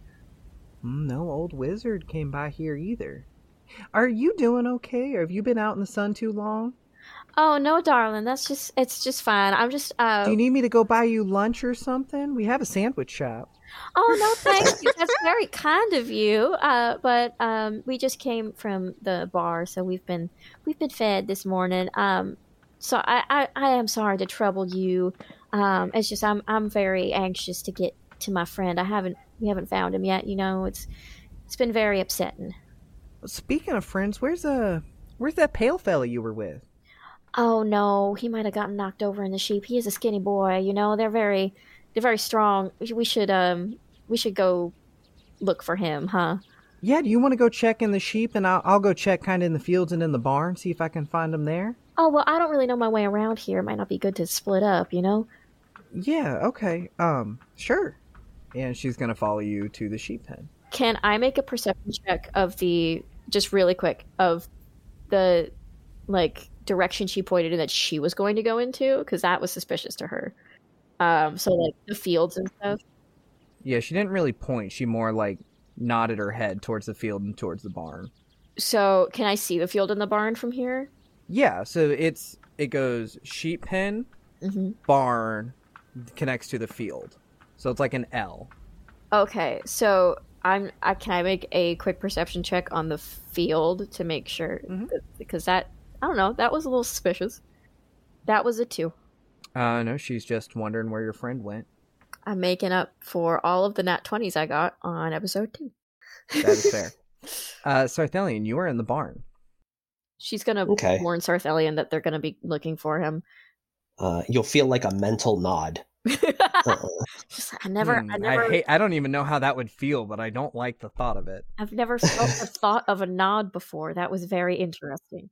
Speaker 1: Mm, No old wizard came by here either. Are you doing okay? Or have you been out in the sun too long?
Speaker 4: Oh no, darling, that's just it's just fine. I'm just uh,
Speaker 1: Do you need me to go buy you lunch or something? We have a sandwich shop.
Speaker 4: Oh no, thank you. That's very kind of you. Uh, but um, we just came from the bar, so we've been we've been fed this morning. Um, so I, I, I am sorry to trouble you. Um, it's just I'm I'm very anxious to get to my friend. I haven't we haven't found him yet. You know, it's it's been very upsetting.
Speaker 1: Speaking of friends, where's uh where's that pale fella you were with?
Speaker 4: Oh no, he might have gotten knocked over in the sheep. He is a skinny boy. You know, they're very they're very strong. We should um we should go look for him, huh?
Speaker 1: Yeah, do you want to go check in the sheep and I'll, I'll go check kind of in the fields and in the barn, see if I can find him there?
Speaker 4: Oh well, I don't really know my way around here. It might not be good to split up, you know.
Speaker 1: Yeah, okay. Um, sure. And she's going to follow you to the sheep pen.
Speaker 4: Can I make a perception check of the just really quick of the like direction she pointed in that she was going to go into because that was suspicious to her. Um, so like the fields and stuff.
Speaker 1: Yeah, she didn't really point. She more like nodded her head towards the field and towards the barn.
Speaker 4: So can I see the field and the barn from here?
Speaker 1: Yeah, so it's it goes sheep pen,
Speaker 4: Mm-hmm.
Speaker 1: barn connects to the field. So it's like an L.
Speaker 4: Okay, so I'm. I can I make a quick perception check on the field to make sure
Speaker 1: Mhm.
Speaker 4: that- because that I don't know that was a little suspicious. That was a two.
Speaker 1: Uh no, she's just wondering where your friend went.
Speaker 4: I'm making up for all of the nat 20s I got on episode two.
Speaker 1: That is fair. uh Sarthelian, you are in the barn.
Speaker 4: She's going to
Speaker 3: Okay.
Speaker 4: warn Sarthelian that they're going to be looking for him.
Speaker 3: Uh, you'll feel like a mental nod. Uh-uh.
Speaker 4: She's like, I never,
Speaker 1: Hmm,
Speaker 4: I never, I
Speaker 1: hate I don't even know how that would feel, but I don't like the thought of it.
Speaker 4: have never felt the thought of a nod before. That was very interesting.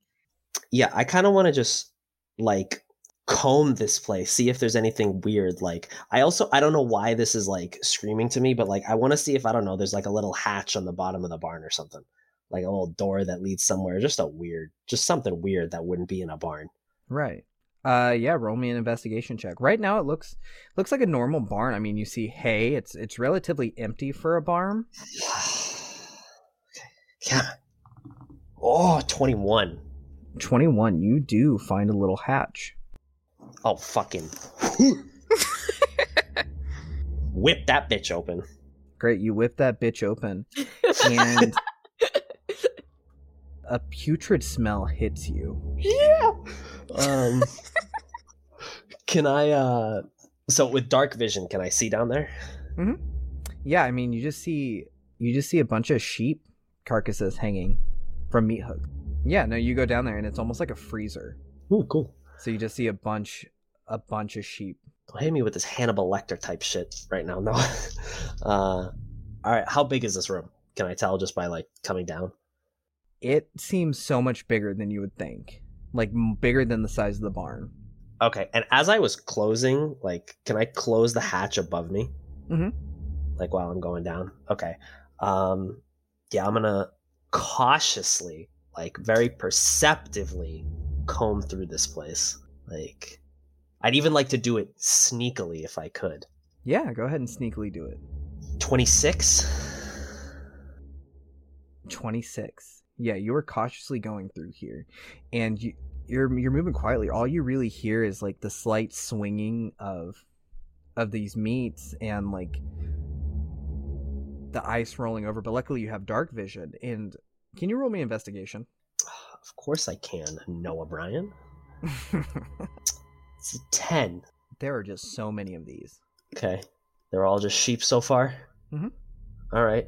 Speaker 3: yeah, I kind of want to just like comb this place, see if there's anything weird. Like, I also, I don't know why this is like screaming to me, but like, I want to see if, I don't know, there's like a little hatch on the bottom of the barn or something, like a little door that leads somewhere. Just a weird, just something weird that wouldn't be in a barn.
Speaker 1: Right. Uh yeah, roll me an investigation check. Right now it looks looks like a normal barn. I mean, you see hay, it's it's relatively empty for a barn.
Speaker 3: Yeah. Oh, 21.
Speaker 1: 21, you do find a little hatch.
Speaker 3: Oh, fucking. Whip that bitch open.
Speaker 1: Great, you whip that bitch open and a putrid smell hits you.
Speaker 3: Yeah. Um, can I, uh, so with dark vision, can I see down there?
Speaker 1: Mm-hmm. Yeah, I mean, you just see you just see a bunch of sheep carcasses hanging from meat hook. Yeah, no, you go down there and it's almost like a freezer.
Speaker 3: Ooh, cool.
Speaker 1: So you just see a bunch a bunch of sheep.
Speaker 3: Don't hit me with this Hannibal Lecter type shit right now. No. uh, all right. How big is this room? Can I tell just by like coming down?
Speaker 1: It seems so much bigger than you would think. Like m- bigger than the size of the barn.
Speaker 3: Okay. And as I was closing, like, can I close the hatch above me?
Speaker 1: Mhm.
Speaker 3: Like while I'm going down. Okay. Um, yeah, I'm gonna cautiously, like, very perceptively, comb through this place. Like, I'd even like to do it sneakily if I could.
Speaker 1: Yeah, go ahead and sneakily do it.
Speaker 3: 26
Speaker 1: 26. Yeah, you are cautiously going through here and you you're you're moving quietly. All you really hear is like the slight swinging of of these meats and like the ice rolling over, but luckily you have dark vision and can you roll me investigation?
Speaker 3: of course i can noah bryan it's a 10
Speaker 1: there are just so many of these.
Speaker 3: okay they're all just sheep so far
Speaker 1: Mhm.
Speaker 3: All right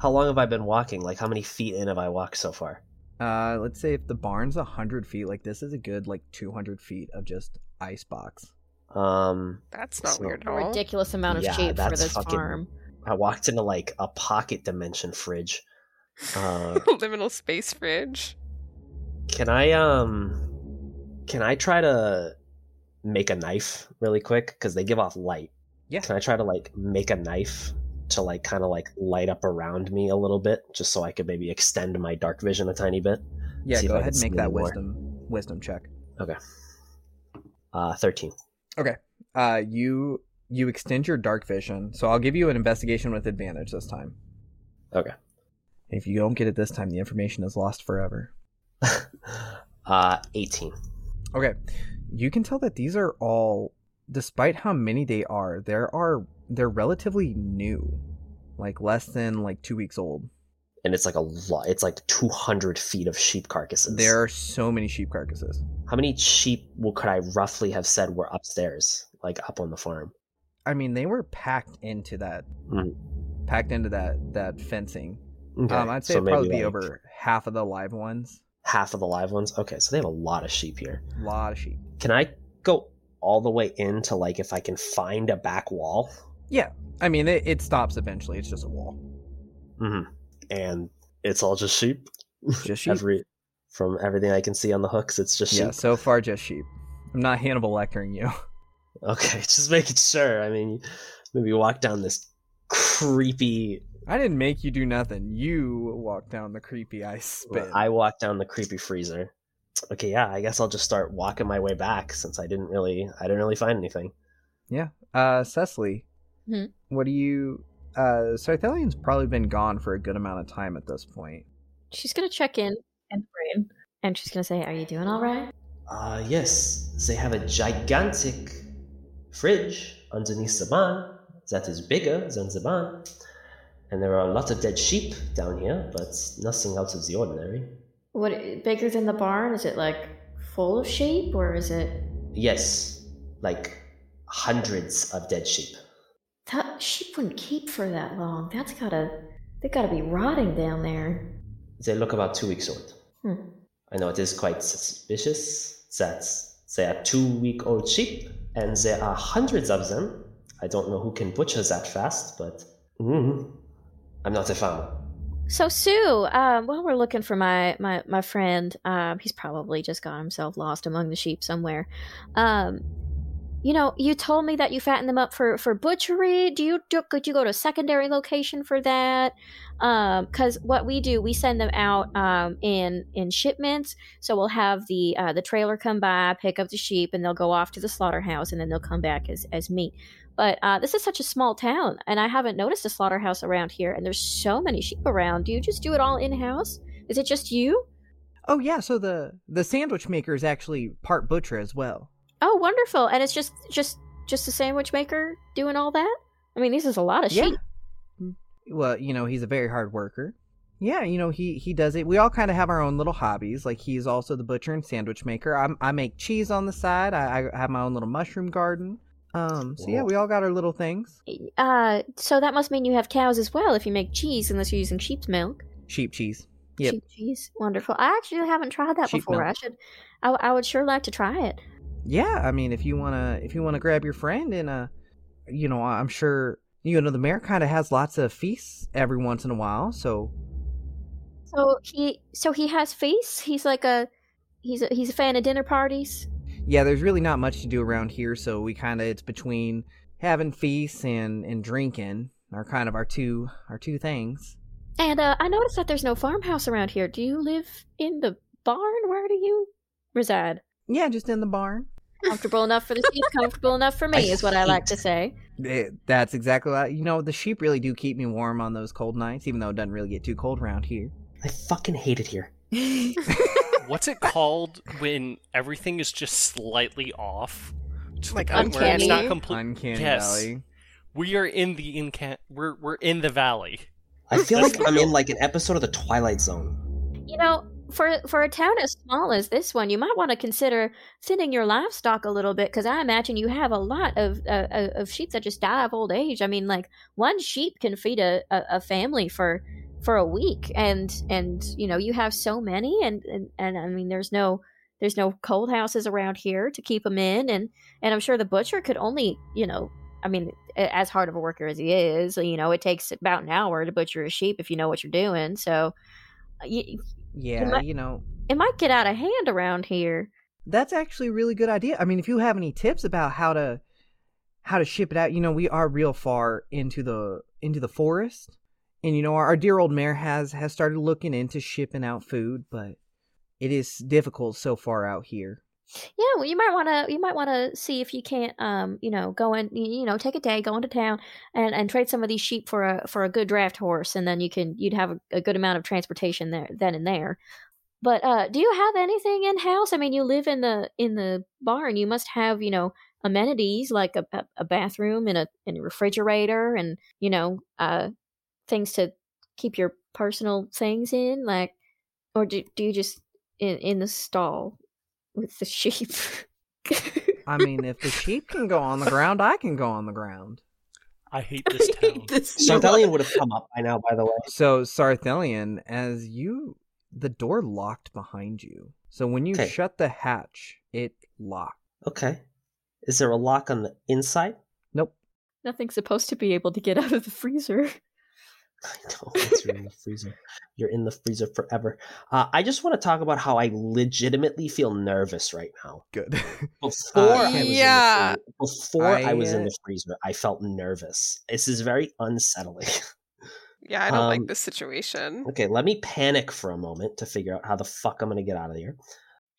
Speaker 3: how long have i been walking like how many feet in have i walked so far
Speaker 1: Uh let's say if the barn's 100 feet, like this is a good like 200 feet of just ice box.
Speaker 3: um
Speaker 2: That's not
Speaker 3: So-
Speaker 2: weird at
Speaker 4: A
Speaker 2: all.
Speaker 4: ridiculous amount of
Speaker 3: Yeah,
Speaker 4: sheep for
Speaker 3: that's
Speaker 4: this
Speaker 3: fucking-
Speaker 4: farm.
Speaker 3: i walked into like a pocket dimension fridge Uh,
Speaker 2: Liminal space fridge.
Speaker 3: can i um can i try to make a knife really quick because they give off light
Speaker 1: Yeah.
Speaker 3: can i try to like make a knife to like kind of like light up around me a little bit just so i could maybe extend my dark vision a tiny bit
Speaker 1: Yeah,
Speaker 3: See if
Speaker 1: go
Speaker 3: I
Speaker 1: ahead
Speaker 3: can
Speaker 1: and make
Speaker 3: see
Speaker 1: that
Speaker 3: any more.
Speaker 1: wisdom wisdom check.
Speaker 3: uh 13
Speaker 1: uh you you extend your dark vision so i'll give you an investigation with advantage this time
Speaker 3: Okay.
Speaker 1: if you don't get it this time the information is lost forever
Speaker 3: uh 18
Speaker 1: okay you can tell that these are all despite how many they are there are they're relatively new like less than like two weeks old
Speaker 3: and it's like a lot it's like 200 feet of sheep carcasses
Speaker 1: there are so many sheep carcasses
Speaker 3: how many sheep will, could i roughly have said were upstairs like up on the farm
Speaker 1: i mean they were packed into that
Speaker 3: Mm.
Speaker 1: packed into that that fencing
Speaker 3: okay.
Speaker 1: um i'd say
Speaker 3: so
Speaker 1: it'd probably
Speaker 3: maybe,
Speaker 1: be
Speaker 3: like,
Speaker 1: over half of the live ones
Speaker 3: half of the live ones okay so they have a lot of sheep here
Speaker 1: lot of sheep
Speaker 3: Can I go all the way into like if I can find a back wall?
Speaker 1: i mean it, it stops eventually it's just a wall
Speaker 3: Mm-hmm. And it's all just sheep.
Speaker 1: Just sheep.
Speaker 3: Every from everything I can see on the hooks, it's just sheep.
Speaker 1: Yeah, so far just sheep. I'm not Hannibal lecturing you.
Speaker 3: Okay, just making sure. I mean, maybe walk down this creepy.
Speaker 1: I didn't make you do nothing. You walked down the creepy ice spit.
Speaker 3: I walk down the creepy freezer. Okay, yeah, I guess I'll just start walking my way back since I didn't really, I didn't really find anything.
Speaker 1: Uh, Cecily,
Speaker 4: Hmm?
Speaker 1: what do you? Uh, Sarthelion's probably been gone for a good amount of time at this point.
Speaker 4: She's gonna check in and brain, and she's gonna say, "Are you doing all right?"
Speaker 3: Uh, yes, they have a gigantic fridge underneath the barn that is bigger than the barn. And there are a lot of dead sheep down here, but nothing out of the ordinary.
Speaker 4: What bigger than the barn? Is it like full of sheep, or is it?
Speaker 3: Yes, like hundreds of dead sheep.
Speaker 4: That sheep wouldn't keep for that long. That's gotta. They gotta be rotting down there.
Speaker 3: They look about two weeks old.
Speaker 4: Hmm.
Speaker 3: I know it is quite suspicious that they are two week old sheep, and there are hundreds of them. I don't know who can butcher that fast, but mm, I'm not a farmer.
Speaker 4: So Sue, um, while we're looking for my my my friend, um, he's probably just got himself lost among the sheep somewhere. Um, you know, you told me that you fatten them up for for butchery. Do you do, could you go to a secondary location for that? Because what we do, we send them out um, in in shipments. So we'll have the uh, the trailer come by, pick up the sheep, and they'll go off to the slaughterhouse, and then they'll come back as as meat. But uh, this is such a small town, and I haven't noticed a slaughterhouse around here. And there's so many sheep around. Do you just do it all in house? Is it just you?
Speaker 1: Oh yeah, so the the sandwich maker is actually part butcher as well.
Speaker 4: Oh, wonderful! And it's just just just the sandwich maker doing all that. I mean, this is a lot of sheep.
Speaker 1: Well, you know, he's a very hard worker. Yeah, you know, he he does it. We all kind of have our own little hobbies. Like he's also the butcher and sandwich maker. I'm, I make cheese on the side. I, I have my own little mushroom garden. Um, so yeah,
Speaker 3: Whoa.
Speaker 1: we all got our little things.
Speaker 4: Uh, so that must mean you have cows as well. If you make cheese, unless you're using sheep's milk.
Speaker 1: Sheep cheese. Yep.
Speaker 4: Sheep cheese, wonderful. I actually haven't tried that
Speaker 1: Sheep
Speaker 4: before.
Speaker 1: milk.
Speaker 4: I should. I, I would sure like to try it.
Speaker 1: Yeah, I mean, if you wanna if you wanna grab your friend and uh, you know, I'm sure you know the mayor kind of has lots of feasts every once in a while. So
Speaker 4: So he so he has feasts. He's like a he's a, he's a fan of dinner parties.
Speaker 1: yeah, there's really not much to do around here. So we kind of it's between having feasts and and drinking are kind of our two our two things.
Speaker 4: And uh, I noticed that there's no farmhouse around here. Do you live in the barn? Where do you reside?
Speaker 1: Yeah, just in the barn.
Speaker 4: Comfortable enough for the sheep, comfortable enough for me is what I like to say.
Speaker 1: Eh, that's exactly what I- you know. The sheep really do keep me warm on those cold nights, even though it doesn't really get too cold around here.
Speaker 3: I fucking hate it here.
Speaker 5: What's it called when everything is just slightly off? To
Speaker 2: Like
Speaker 5: the point where it's not
Speaker 2: uncanny?
Speaker 5: complete.
Speaker 1: Uncanny
Speaker 5: Yes.
Speaker 1: Valley.
Speaker 5: We are in the incan. We're we're in the valley.
Speaker 3: I feel
Speaker 5: That's
Speaker 3: like I'm in like an episode of the Twilight Zone.
Speaker 4: You know, for for a town as small as this one, you might want to consider thinning your livestock a little bit because I imagine you have a lot of uh, uh, of sheep that just die of old age. I mean, like one sheep can feed a, a, a family for for a week, and and you know you have so many, and, and and I mean there's no there's no cold houses around here to keep them in, and and I'm sure the butcher could only you know. I mean, a- as hard of a worker as he is, you know, it takes about an hour to butcher a sheep if you know what you're doing. So, y-
Speaker 1: Yeah,
Speaker 4: might-
Speaker 1: you know
Speaker 4: it might get out of hand around here.
Speaker 1: that's actually a really good idea. I mean, if you have any tips about how to how to ship it out, you know, we are real far into the into the forest, and you know, our, our dear old mayor has has started looking into shipping out food, but it is difficult so far out here.
Speaker 4: Yeah, well, you might want to you might want to see if you can't um you know go in y- you know take a day go into town and and trade some of these sheep for a for a good draft horse and then you can you'd have a, a good amount of transportation there then and there. But uh do you have anything in house? I mean, you live in the in the barn. You must have you know amenities like a a- a bathroom and a and a refrigerator and you know uh things to keep your personal things in like or do, do you just in in the stall with the sheep.
Speaker 1: I mean, if the sheep can go on the ground, I can go on the ground.
Speaker 5: I hate this town.
Speaker 3: Sardellian would have come up by now, by the way.
Speaker 1: So Sarthelian, as you the door locked behind you. So when you
Speaker 3: Okay.
Speaker 1: shut the hatch, it locked.
Speaker 3: Okay. Is there a lock on the inside?
Speaker 1: Nope.
Speaker 4: Nothing's supposed to be able to get out of the freezer.
Speaker 3: I know it's you're in the freezer. You're in the freezer forever. Uh, I just want to talk about how I legitimately feel nervous right now.
Speaker 1: Good.
Speaker 3: Before I was in the
Speaker 2: yeah.
Speaker 3: free- before I,
Speaker 1: I,
Speaker 3: was in
Speaker 1: uh,
Speaker 3: the freezer, I felt nervous. This is very unsettling.
Speaker 2: Yeah, I don't
Speaker 3: Um,
Speaker 2: like this situation.
Speaker 3: okay, let me panic for a moment to figure out how the fuck I'm gonna get out of here.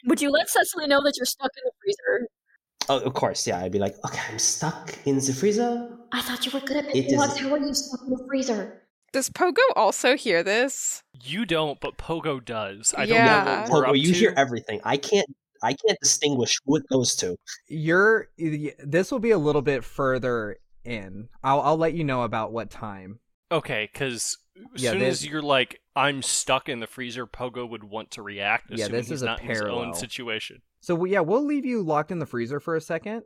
Speaker 4: Would you let Cecily know that you're stuck in the freezer?
Speaker 3: Oh, of course, yeah. I'd be like, okay, I'm stuck in the freezer.
Speaker 4: I thought you were good at
Speaker 3: It
Speaker 4: making logs.
Speaker 3: doesn't-
Speaker 4: How are you stuck in the freezer?
Speaker 2: Does Pogo also hear this?
Speaker 5: You don't, but Pogo does. I don't
Speaker 2: Yeah.
Speaker 5: know what
Speaker 3: Well,
Speaker 5: we're up
Speaker 3: you
Speaker 5: to.
Speaker 3: hear everything. I can't. I can't distinguish who it goes to.
Speaker 1: You're y- this will be a little bit further in. I'll I'll let you know about what time.
Speaker 5: okay, because as
Speaker 1: Yeah,
Speaker 5: soon
Speaker 1: this-
Speaker 5: as you're like, I'm stuck in the freezer, Pogo would want to react.
Speaker 1: Yeah,
Speaker 5: assuming
Speaker 1: this
Speaker 5: he's
Speaker 1: is a
Speaker 5: not in
Speaker 1: parallel.
Speaker 5: his own situation.
Speaker 1: So we- yeah, we'll leave you locked in the freezer for a second.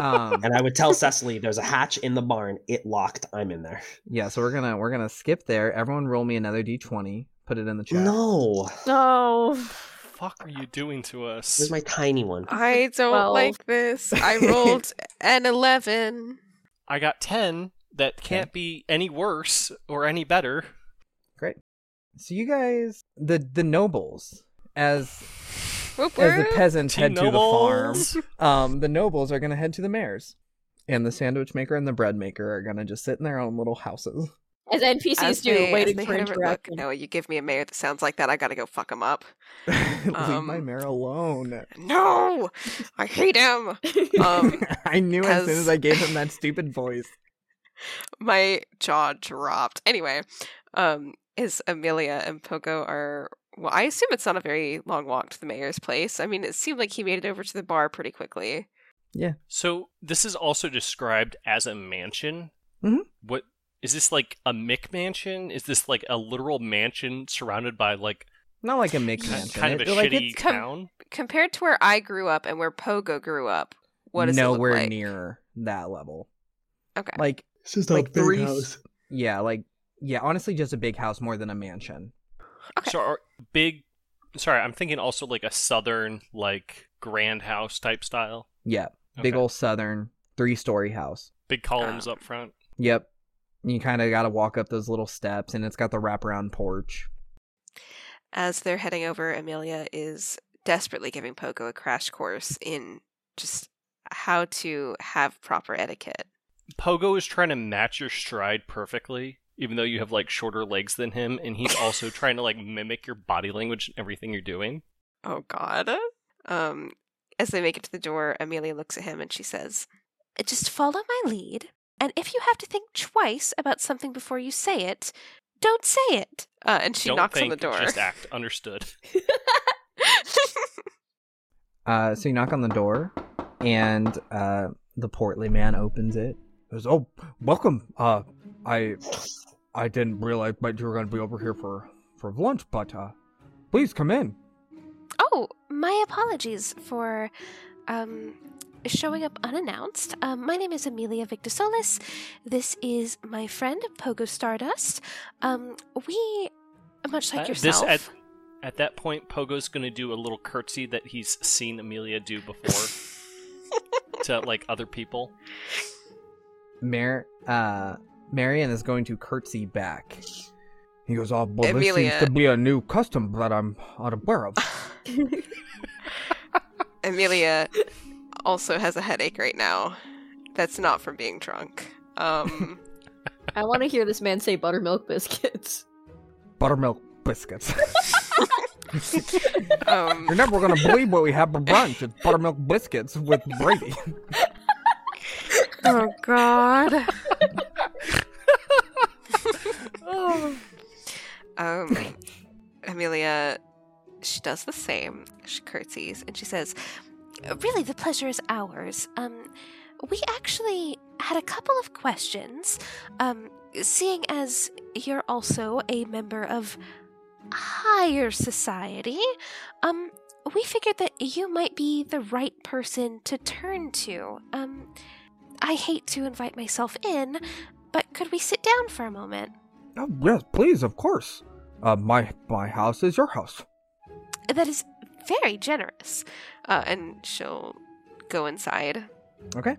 Speaker 1: Um,
Speaker 3: And I would tell Cecily, "There's a hatch in the barn. It locked. I'm in there."
Speaker 1: yeah, so we're gonna we're gonna skip there. Everyone, roll me another d twenty. Put it in the chat.
Speaker 3: No,
Speaker 4: Oh.
Speaker 5: Fuck, are you doing to us?
Speaker 3: there's my tiny one.
Speaker 2: I don't
Speaker 4: Twelve.
Speaker 2: like this. I rolled an 11.
Speaker 5: I got ten. That can't be any worse or any better.
Speaker 1: Great. So you guys, the the nobles, as
Speaker 2: Whoop,
Speaker 1: as the
Speaker 2: whoop.
Speaker 1: peasants
Speaker 5: Team
Speaker 1: head to the farm,
Speaker 5: Nobles!
Speaker 1: um, the nobles are going to head to the mayor's, and the sandwich maker and the bread maker are going to just sit in their own little houses.
Speaker 4: As NPCs
Speaker 2: As
Speaker 4: do,
Speaker 2: they-
Speaker 4: waiting
Speaker 2: as they
Speaker 4: for
Speaker 2: head over- look,
Speaker 4: interaction.
Speaker 2: No, you give me a mayor that sounds like that. I gotta go fuck him up.
Speaker 1: Leave my
Speaker 2: Um,
Speaker 1: mayor alone.
Speaker 2: No, I hate him. Um,
Speaker 1: I knew as soon
Speaker 2: because-
Speaker 1: as I gave him that stupid voice.
Speaker 2: my jaw dropped. Anyway, um, is Amelia and Pogo are. Well, I assume it's not a very long walk to the mayor's place. I mean, it seemed like he made it over to the bar pretty quickly.
Speaker 5: So this is also described as a mansion.
Speaker 1: Mhm.
Speaker 5: What is this like a Mick mansion? Is this like a literal mansion surrounded by like
Speaker 1: Not like a Mick
Speaker 5: ki-
Speaker 1: mansion.
Speaker 5: kind of
Speaker 1: It-
Speaker 5: a
Speaker 1: like
Speaker 5: shitty
Speaker 2: it's com-
Speaker 5: town?
Speaker 2: Compared to where I grew up and where Pogo grew up, what does it look
Speaker 1: nowhere
Speaker 2: like?
Speaker 1: near that level.
Speaker 2: Okay.
Speaker 1: Like
Speaker 8: It's just
Speaker 1: Like
Speaker 8: a big
Speaker 1: three s-
Speaker 8: house.
Speaker 1: yeah, like yeah, honestly just a big house more than a mansion.
Speaker 2: Okay.
Speaker 5: So are big. Sorry, I'm thinking also like a southern like grand house type style.
Speaker 1: Yeah, big
Speaker 5: Okay.
Speaker 1: old southern three-story house.
Speaker 5: big columns
Speaker 2: Um,
Speaker 5: up front.
Speaker 1: Yep. You kind of got to walk up those little steps and it's got the wraparound porch.
Speaker 2: As they're heading over, Amelia is desperately giving Pogo a crash course in just how to have proper etiquette.
Speaker 5: Pogo is trying to match your stride perfectly, even though you have like shorter legs than him, and he's also trying to like mimic your body language and everything you're doing.
Speaker 2: Oh God. Um, as they make it to the door, Amelia looks at him and she says,
Speaker 7: Just follow my lead, and if you have to think twice about something before you say it, don't say it.
Speaker 2: uh, and she
Speaker 5: Don't
Speaker 2: knocks
Speaker 5: think,
Speaker 2: on the door.
Speaker 5: Just act. Understood.
Speaker 1: Uh so you knock on the door and uh the portly man opens it. Goes, "Oh, welcome. Uh I I didn't realize but you were going to be over here for for lunch, but uh please come in."
Speaker 7: Oh, my apologies for um, showing up unannounced. Um, my name is Amelia Victosolis. This is my friend Pogo Stardust. Um, we, much like
Speaker 5: Uh,
Speaker 7: yourself,
Speaker 5: This at, at that point, Pogo's going to do a little curtsy that he's seen Amelia do before to like other people.
Speaker 1: Mar- uh, Marion is going to curtsy back. He goes, "Oh, well, this
Speaker 2: Amelia-
Speaker 1: seems to be a new custom that I'm unaware of."
Speaker 2: Amelia also has a headache right now. That's not from being drunk. Um,
Speaker 4: I want to hear this man say buttermilk biscuits.
Speaker 1: Buttermilk biscuits. You're
Speaker 2: um,
Speaker 1: never gonna believe what we have for brunch. It's buttermilk biscuits with Brady.
Speaker 2: oh God. um, Amelia, she does the same. She curtsies and she says,
Speaker 7: really the pleasure is ours. Um, we actually had a couple of questions. Um, seeing as you're also a member of higher society, um, we figured that you might be the right person to turn to. Um, I hate to invite myself in, but could we sit down for a moment?
Speaker 1: oh, yes, please, of course. Uh, my my house is your house.
Speaker 7: That is very generous.
Speaker 2: uh, and she'll go inside.
Speaker 1: Okay.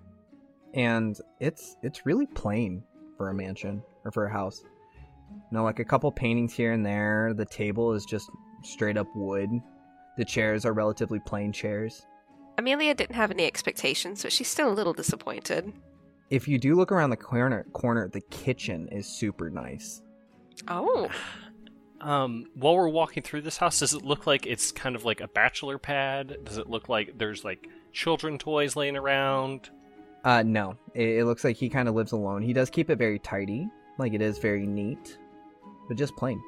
Speaker 1: And it's it's really plain for a mansion or for a house. You know, like a couple paintings here and there. The table is just straight up wood. The chairs are relatively plain chairs.
Speaker 2: Amelia didn't have any expectations, but she's still a little disappointed.
Speaker 1: If you do look around the corner, corner the kitchen is super nice.
Speaker 2: Oh,
Speaker 5: Um, while we're walking through this house, does it look like it's kind of like a bachelor pad? Does it look like there's like children toys laying around?
Speaker 1: Uh, no, it, it looks like he kind of lives alone. He does keep it very tidy, like it is very neat, but just plain.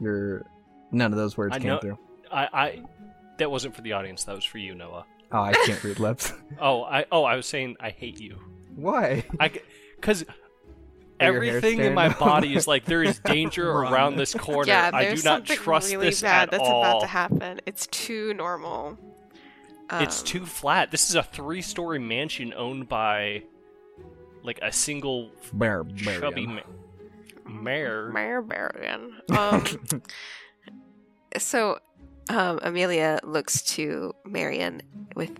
Speaker 1: Your none of those words
Speaker 5: I
Speaker 1: came
Speaker 5: know-
Speaker 1: through.
Speaker 5: I, I that wasn't for the audience. That was for you, Noah.
Speaker 1: Oh, I can't read lips.
Speaker 5: Oh, I oh I was saying I hate you.
Speaker 1: Why?
Speaker 5: I because
Speaker 1: Are your hair
Speaker 5: everything in my
Speaker 1: standing up?
Speaker 5: body is like there is danger
Speaker 1: Run.
Speaker 5: around this corner.
Speaker 2: yeah.
Speaker 5: I
Speaker 2: There's
Speaker 5: do not
Speaker 2: something
Speaker 5: trust
Speaker 2: really
Speaker 5: this
Speaker 2: bad
Speaker 5: at
Speaker 2: that's
Speaker 5: all.
Speaker 2: about to happen. It's too normal.
Speaker 5: It's
Speaker 2: Um,
Speaker 5: too flat. This is a three-story mansion owned by like a single
Speaker 1: Bear,
Speaker 5: chubby ma- mayor.
Speaker 2: Barbarian. Um, so, um, Amelia looks to Marion with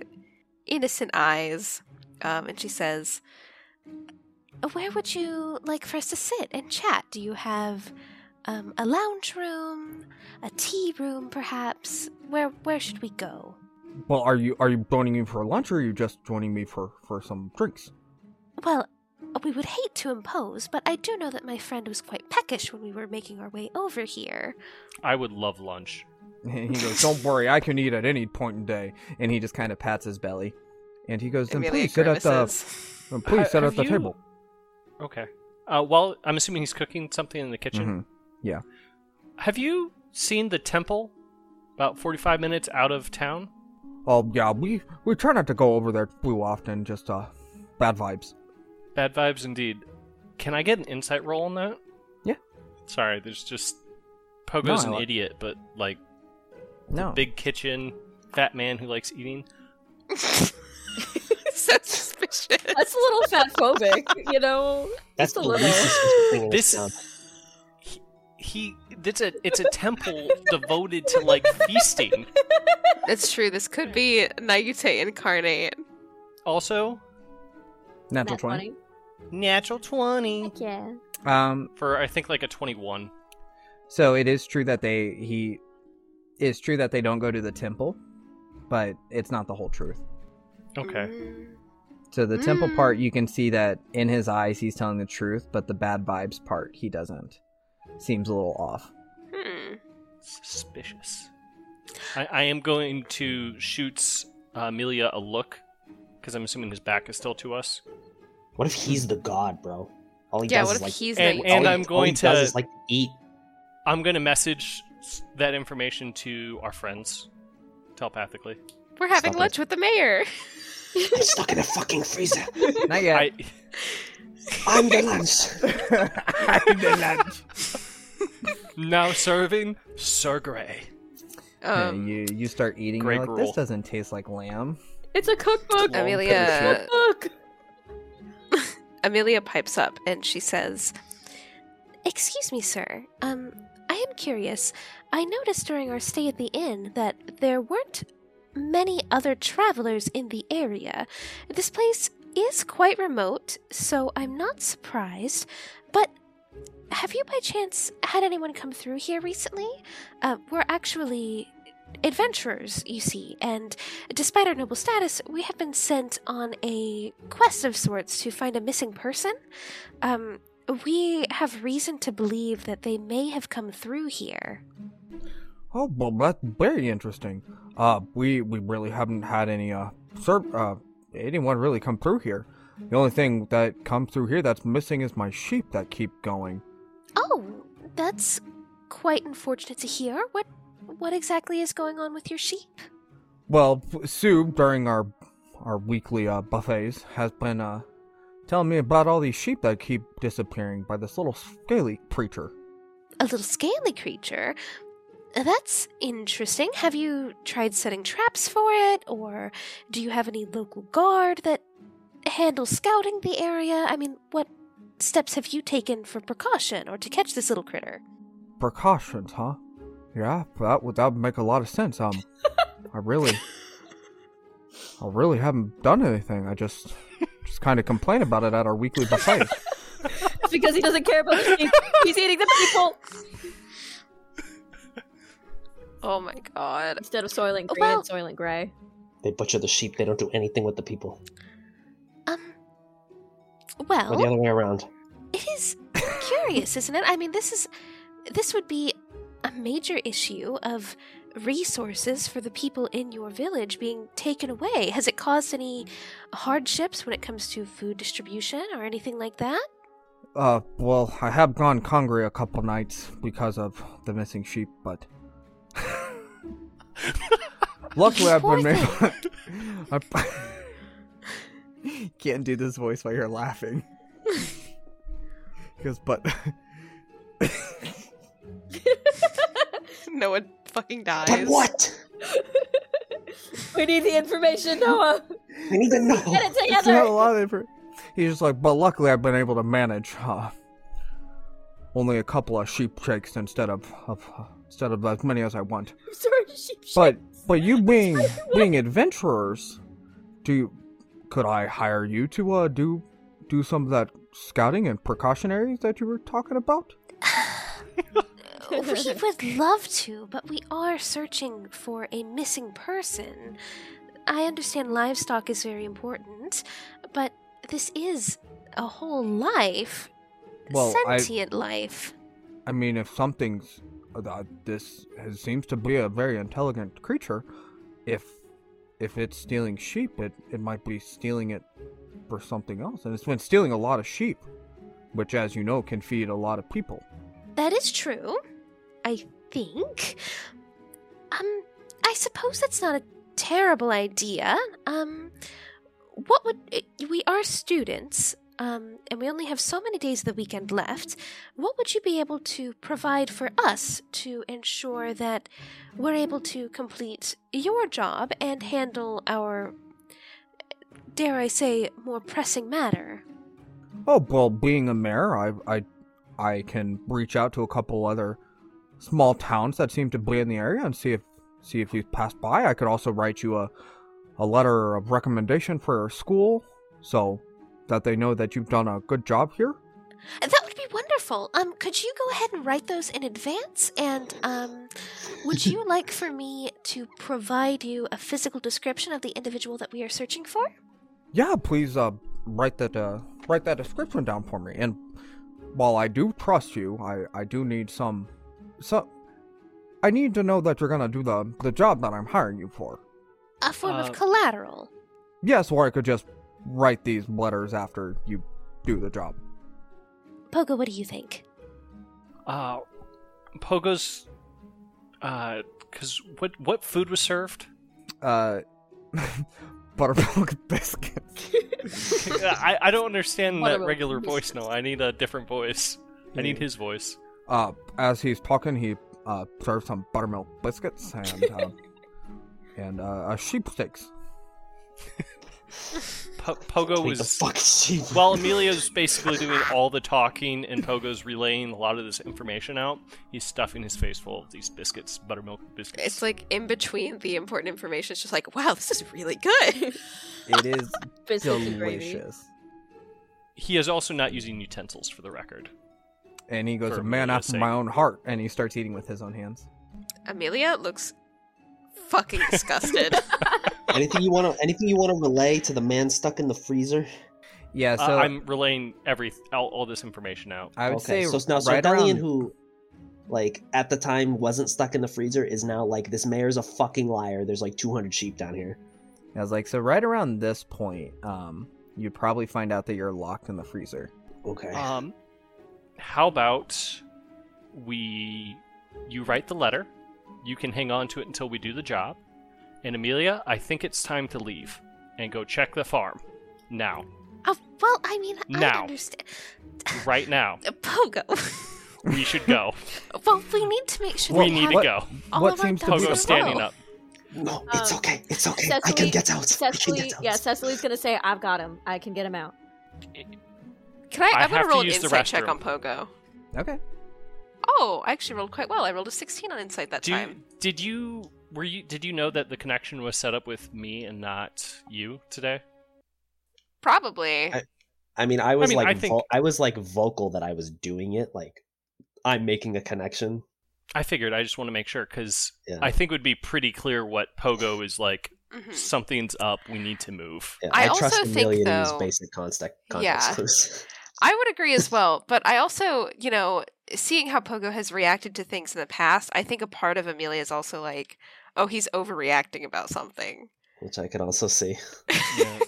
Speaker 2: innocent eyes, um, and she says,
Speaker 7: "Uh, Where would you like for us to sit and chat? Do you have um, a lounge room, a tea room, perhaps. Where where should we go?
Speaker 9: Well, are you are you joining me for lunch or are you just joining me for for some drinks?
Speaker 7: Well, we would hate to impose, but I do know that my friend was quite peckish when we were making our way over here.
Speaker 5: I would love lunch.
Speaker 9: And he goes, "Don't worry, I can eat at any point in day." And he just kind of pats his belly, and he goes, "Then
Speaker 2: Amelia
Speaker 9: please sit at the
Speaker 2: grimaces.
Speaker 9: then please
Speaker 5: Ha-
Speaker 9: sit
Speaker 5: have
Speaker 9: at the
Speaker 5: you-
Speaker 9: table."
Speaker 5: Okay. Uh, well, I'm assuming he's cooking something in the kitchen.
Speaker 9: Mhm. Yeah.
Speaker 5: Have you seen the temple? About 45 minutes out of town?
Speaker 9: Oh yeah, we we try not to go over there too often. Just uh, bad vibes.
Speaker 5: Bad vibes indeed. Can I get an insight roll on that?
Speaker 9: Yeah.
Speaker 5: Sorry, there's just.
Speaker 9: No,
Speaker 5: Pogo's
Speaker 9: I
Speaker 5: an
Speaker 9: like-
Speaker 5: idiot, but like
Speaker 9: No.
Speaker 5: big kitchen, fat man who likes eating.
Speaker 2: so suspicious.
Speaker 6: That's a little fat phobic, you know?
Speaker 3: That's
Speaker 6: Just a
Speaker 3: the
Speaker 6: little.
Speaker 3: least suspicious thing in
Speaker 5: This-
Speaker 3: town.
Speaker 5: He, it's a, it's a temple devoted to like feasting.
Speaker 2: It's true. This could be Naivete incarnate.
Speaker 5: Also,
Speaker 9: Natural twenty.
Speaker 5: natural twenty
Speaker 6: Yeah.
Speaker 9: Um,
Speaker 5: for I think like a twenty-one.
Speaker 9: So it is true that they he it's true that they don't go to the temple, but it's not the whole truth.
Speaker 2: Mm.
Speaker 9: So the temple
Speaker 2: Mm.
Speaker 9: part you can see that in his eyes he's telling the truth, but the bad vibes part he doesn't. Seems a little off.
Speaker 2: Hmm.
Speaker 5: suspicious. I, I am going to shoot uh, Amelia a look because I'm assuming his back is still to us.
Speaker 3: What if he's the god, bro? All he
Speaker 2: Yeah,
Speaker 3: does
Speaker 2: what
Speaker 3: is
Speaker 2: if
Speaker 3: like
Speaker 2: he's
Speaker 5: And-
Speaker 2: Naivete?
Speaker 5: and
Speaker 3: all
Speaker 5: I'm
Speaker 3: he, all
Speaker 5: going
Speaker 3: he does
Speaker 5: to-
Speaker 3: is like eat.
Speaker 5: I'm going to message s- that information to our friends telepathically.
Speaker 2: We're having
Speaker 3: Stop it.
Speaker 2: lunch with the mayor.
Speaker 3: I'm stuck in a fucking freezer.
Speaker 9: Not yet.
Speaker 5: I,
Speaker 3: I'm the lunch.
Speaker 5: now serving Sir Gray. Oh.
Speaker 9: Yeah,
Speaker 2: Um,
Speaker 9: you you start eating you're
Speaker 5: Greg
Speaker 9: like
Speaker 5: rule.
Speaker 9: this doesn't taste like lamb.
Speaker 6: It's a cookbook.
Speaker 9: Well,
Speaker 2: Amelia,
Speaker 6: Cookbook.
Speaker 2: Amelia pipes up and she says,
Speaker 7: Excuse me, sir. Um, I am curious. I noticed during our stay at the inn that there weren't many other travelers in the area. This place is quite remote, so I'm not surprised. But have you by chance had anyone come through here recently? Uh, we're actually adventurers, you see, and despite our noble status, we have been sent on a quest of sorts to find a missing person. Um, we have reason to believe that they may have come through here.
Speaker 9: Oh well that's very interesting. Uh we we really haven't had any uh ser- uh anyone really come through here. The only thing that comes through here that's missing is my sheep that keep going.
Speaker 7: Oh, that's quite unfortunate to hear. What what exactly is going on with your sheep?
Speaker 9: Well, Sue, during our our weekly uh, buffets, has been uh, telling me about all these sheep that keep disappearing by this little scaly creature.
Speaker 7: A little scaly creature. That's interesting. Have you tried setting traps for it or do you have any local guard that handles scouting the area? I mean, what steps have you taken for precaution or to catch this little critter?
Speaker 9: Precautions, huh? Yeah, that would that would make a lot of sense. Um, I really, I really haven't done anything. I just just kind of complain about it at our weekly buffet.
Speaker 6: It's because he doesn't care about the sheep. He's eating the people
Speaker 2: "Oh my god." Oh,
Speaker 6: instead of soiling green
Speaker 7: Well-
Speaker 6: and soiling gray.
Speaker 3: They butcher the sheep. They don't do anything with the people.
Speaker 7: Um well,
Speaker 3: Or
Speaker 2: Oh.
Speaker 3: the other way around.
Speaker 7: It is curious, isn't it? I mean, this is this would be a major issue of resources for the people in your village being taken away. Has it caused any hardships when it comes to food distribution or anything like that?
Speaker 9: Uh, well, I have gone hungry a couple nights because of the missing sheep, but luckily I've been able. I can't do this voice while you're laughing. Because, but
Speaker 2: No one fucking dies.
Speaker 3: But what?
Speaker 6: We need the information, Noah.
Speaker 3: I need to know.
Speaker 6: Get it
Speaker 9: it's not a
Speaker 6: together.
Speaker 9: lot of effort. He's just like, but luckily I've been able to manage. Uh, only a couple of sheep shakes instead of, of uh, instead of as many as I want.
Speaker 6: I'm sorry, sheep.
Speaker 9: But but you being being adventurers, do you, could I hire you to uh do do some of that scouting and precautionaries that you were talking about?
Speaker 7: we would love to, but we are searching for a missing person. I understand livestock is very important, but this is a whole life,
Speaker 9: Well, I-
Speaker 7: sentient life.
Speaker 9: I mean, if something's uh, this has, seems to be a very intelligent creature, if if it's stealing sheep, it it might be stealing it for something else, and it's been stealing a lot of sheep, which, as you know, can feed a lot of people.
Speaker 7: That is true, I think. Um, I suppose that's not a terrible idea. Um, what would eh, we are students, um, and we only have so many days of the weekend left. What would you be able to provide for us to ensure that we're able to complete your job and handle our, eh, dare I say, more pressing matter?
Speaker 9: Oh well, being a mayor, I I I can reach out to a couple other small towns that seem to be in the area and see if see if you've passed by. I could also write you a a letter of recommendation for a school, so that they know that you've done a good job here.
Speaker 7: That would be wonderful. Um, could you go ahead and write those in advance? And um, would you like for me to provide you a physical description of the individual that we are searching for?
Speaker 9: Yeah, please uh write that uh write that description down for me. And while I do trust you, I I do need some so I need to know that you're gonna do the the job that I'm hiring you for.
Speaker 7: A form
Speaker 5: Uh,
Speaker 7: of collateral.
Speaker 9: Yes, or I could just write these letters after you do the job.
Speaker 7: Pogo, what do you think?
Speaker 5: Uh, Pogo's. Uh, cause what what food was served?
Speaker 9: Uh, buttermilk biscuits.
Speaker 5: I I don't understand that
Speaker 6: Whatever.
Speaker 5: regular voice. No, I need a different voice. I need his voice.
Speaker 9: Uh, as he's talking, he uh serves some buttermilk biscuits and uh, and uh, uh, sheep steaks.
Speaker 5: Po- Pogo
Speaker 3: Wait, the
Speaker 5: was
Speaker 3: fuck is she?
Speaker 5: while Emilio's basically doing all the talking and Pogo's relaying a lot of this information out. He's stuffing his face full of these biscuits, buttermilk biscuits.
Speaker 2: It's like in between the important information. It's just like, wow, this is really good.
Speaker 9: It is
Speaker 6: Biscuits and gravy.
Speaker 9: delicious.
Speaker 5: He is also not using utensils for the record.
Speaker 9: And he goes,
Speaker 5: For
Speaker 9: "A man
Speaker 5: Amelia's
Speaker 9: after my
Speaker 5: sake.
Speaker 9: own heart," and he starts eating with his own hands.
Speaker 2: Amelia looks fucking disgusted.
Speaker 3: anything you want to? Anything you want to relay to the man stuck in the freezer?
Speaker 9: Yeah,
Speaker 5: Uh,
Speaker 9: so
Speaker 5: I'm relaying every all, all this information out.
Speaker 9: I would
Speaker 3: okay, so
Speaker 9: say
Speaker 3: now
Speaker 9: right
Speaker 3: Sardalian,
Speaker 9: around
Speaker 3: who like at the time wasn't stuck in the freezer, is now like this mayor's a fucking liar. There's like 200 sheep down here.
Speaker 9: I was like, so right around this point, um, you'd probably find out that you're locked in the freezer.
Speaker 3: Okay.
Speaker 5: Um, how about we you write the letter, you can hang on to it until we do the job, and Amelia, I think it's time to leave and go check the farm now,
Speaker 7: Oh, well, I mean, I
Speaker 5: Now.
Speaker 7: understand.
Speaker 5: right now.
Speaker 7: Uh, Pogo.
Speaker 5: We should go.
Speaker 7: well, we need to make sure
Speaker 5: we
Speaker 7: that
Speaker 5: need to
Speaker 9: what-
Speaker 5: go.
Speaker 7: All
Speaker 9: what
Speaker 7: of our
Speaker 9: seems to be
Speaker 7: ducks
Speaker 9: the
Speaker 7: are
Speaker 5: Pogo's standing
Speaker 7: low.
Speaker 5: up.
Speaker 3: no, it's
Speaker 6: um,
Speaker 3: okay. It's okay. I
Speaker 6: Cecily-
Speaker 3: can get out. I can
Speaker 6: Cecily,
Speaker 3: get out.
Speaker 6: yeah, Cecily's gonna say, "I've got him. I can get him out."
Speaker 2: Can I?
Speaker 5: I
Speaker 2: I'm
Speaker 5: have
Speaker 2: gonna
Speaker 5: to
Speaker 2: roll an
Speaker 5: use the
Speaker 2: insight check
Speaker 5: restroom.
Speaker 2: on Pogo.
Speaker 9: Okay.
Speaker 2: Oh, I actually rolled quite well. I rolled a 16 on insight that
Speaker 5: Do you-
Speaker 2: time.
Speaker 5: did you were you did you know that the connection was set up with me and not you today?
Speaker 2: Probably.
Speaker 3: I- I mean, I was
Speaker 5: mean,
Speaker 3: like,
Speaker 5: I
Speaker 3: I,
Speaker 5: think-
Speaker 3: I was like vocal that I was doing it. Like, I'm making a connection.
Speaker 5: I figured I just want to make sure because
Speaker 3: Yeah.
Speaker 5: I think it would be pretty clear what Pogo is like.
Speaker 2: Mhm.
Speaker 5: Something's up. We need to move.
Speaker 3: Yeah,
Speaker 2: I
Speaker 3: trust
Speaker 2: also think,
Speaker 3: Amelia to use
Speaker 2: though-
Speaker 3: basic context, context
Speaker 2: Yeah.
Speaker 3: clues.
Speaker 2: I would agree as well, but I also, you know, seeing how Pogo has reacted to things in the past, I think a part of Amelia is also like, oh, he's overreacting about something.
Speaker 3: which I could also see.
Speaker 5: Yeah.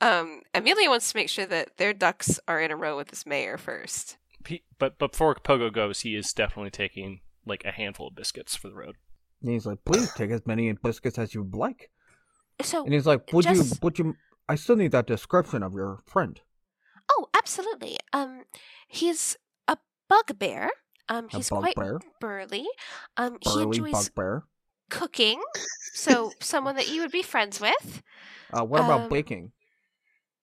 Speaker 2: Um, Amelia wants to make sure that their ducks are in a row with this mayor first.
Speaker 5: P- but but before Pogo goes, he is definitely taking like a handful of biscuits for the road.
Speaker 9: And he's like, please take as many biscuits as you'd like.
Speaker 7: So,
Speaker 9: And he's like, would you,
Speaker 7: Oh, Just-
Speaker 9: would you, I still need that description of your friend.
Speaker 7: oh, absolutely. Um, he's a bugbear. Um,
Speaker 9: A
Speaker 7: he's quite
Speaker 9: bugbear.
Speaker 7: burly. Um, he
Speaker 9: Burly
Speaker 7: enjoys
Speaker 9: bugbear.
Speaker 7: cooking. So, someone that you would be friends with.
Speaker 9: Uh, what about
Speaker 7: um,
Speaker 9: baking?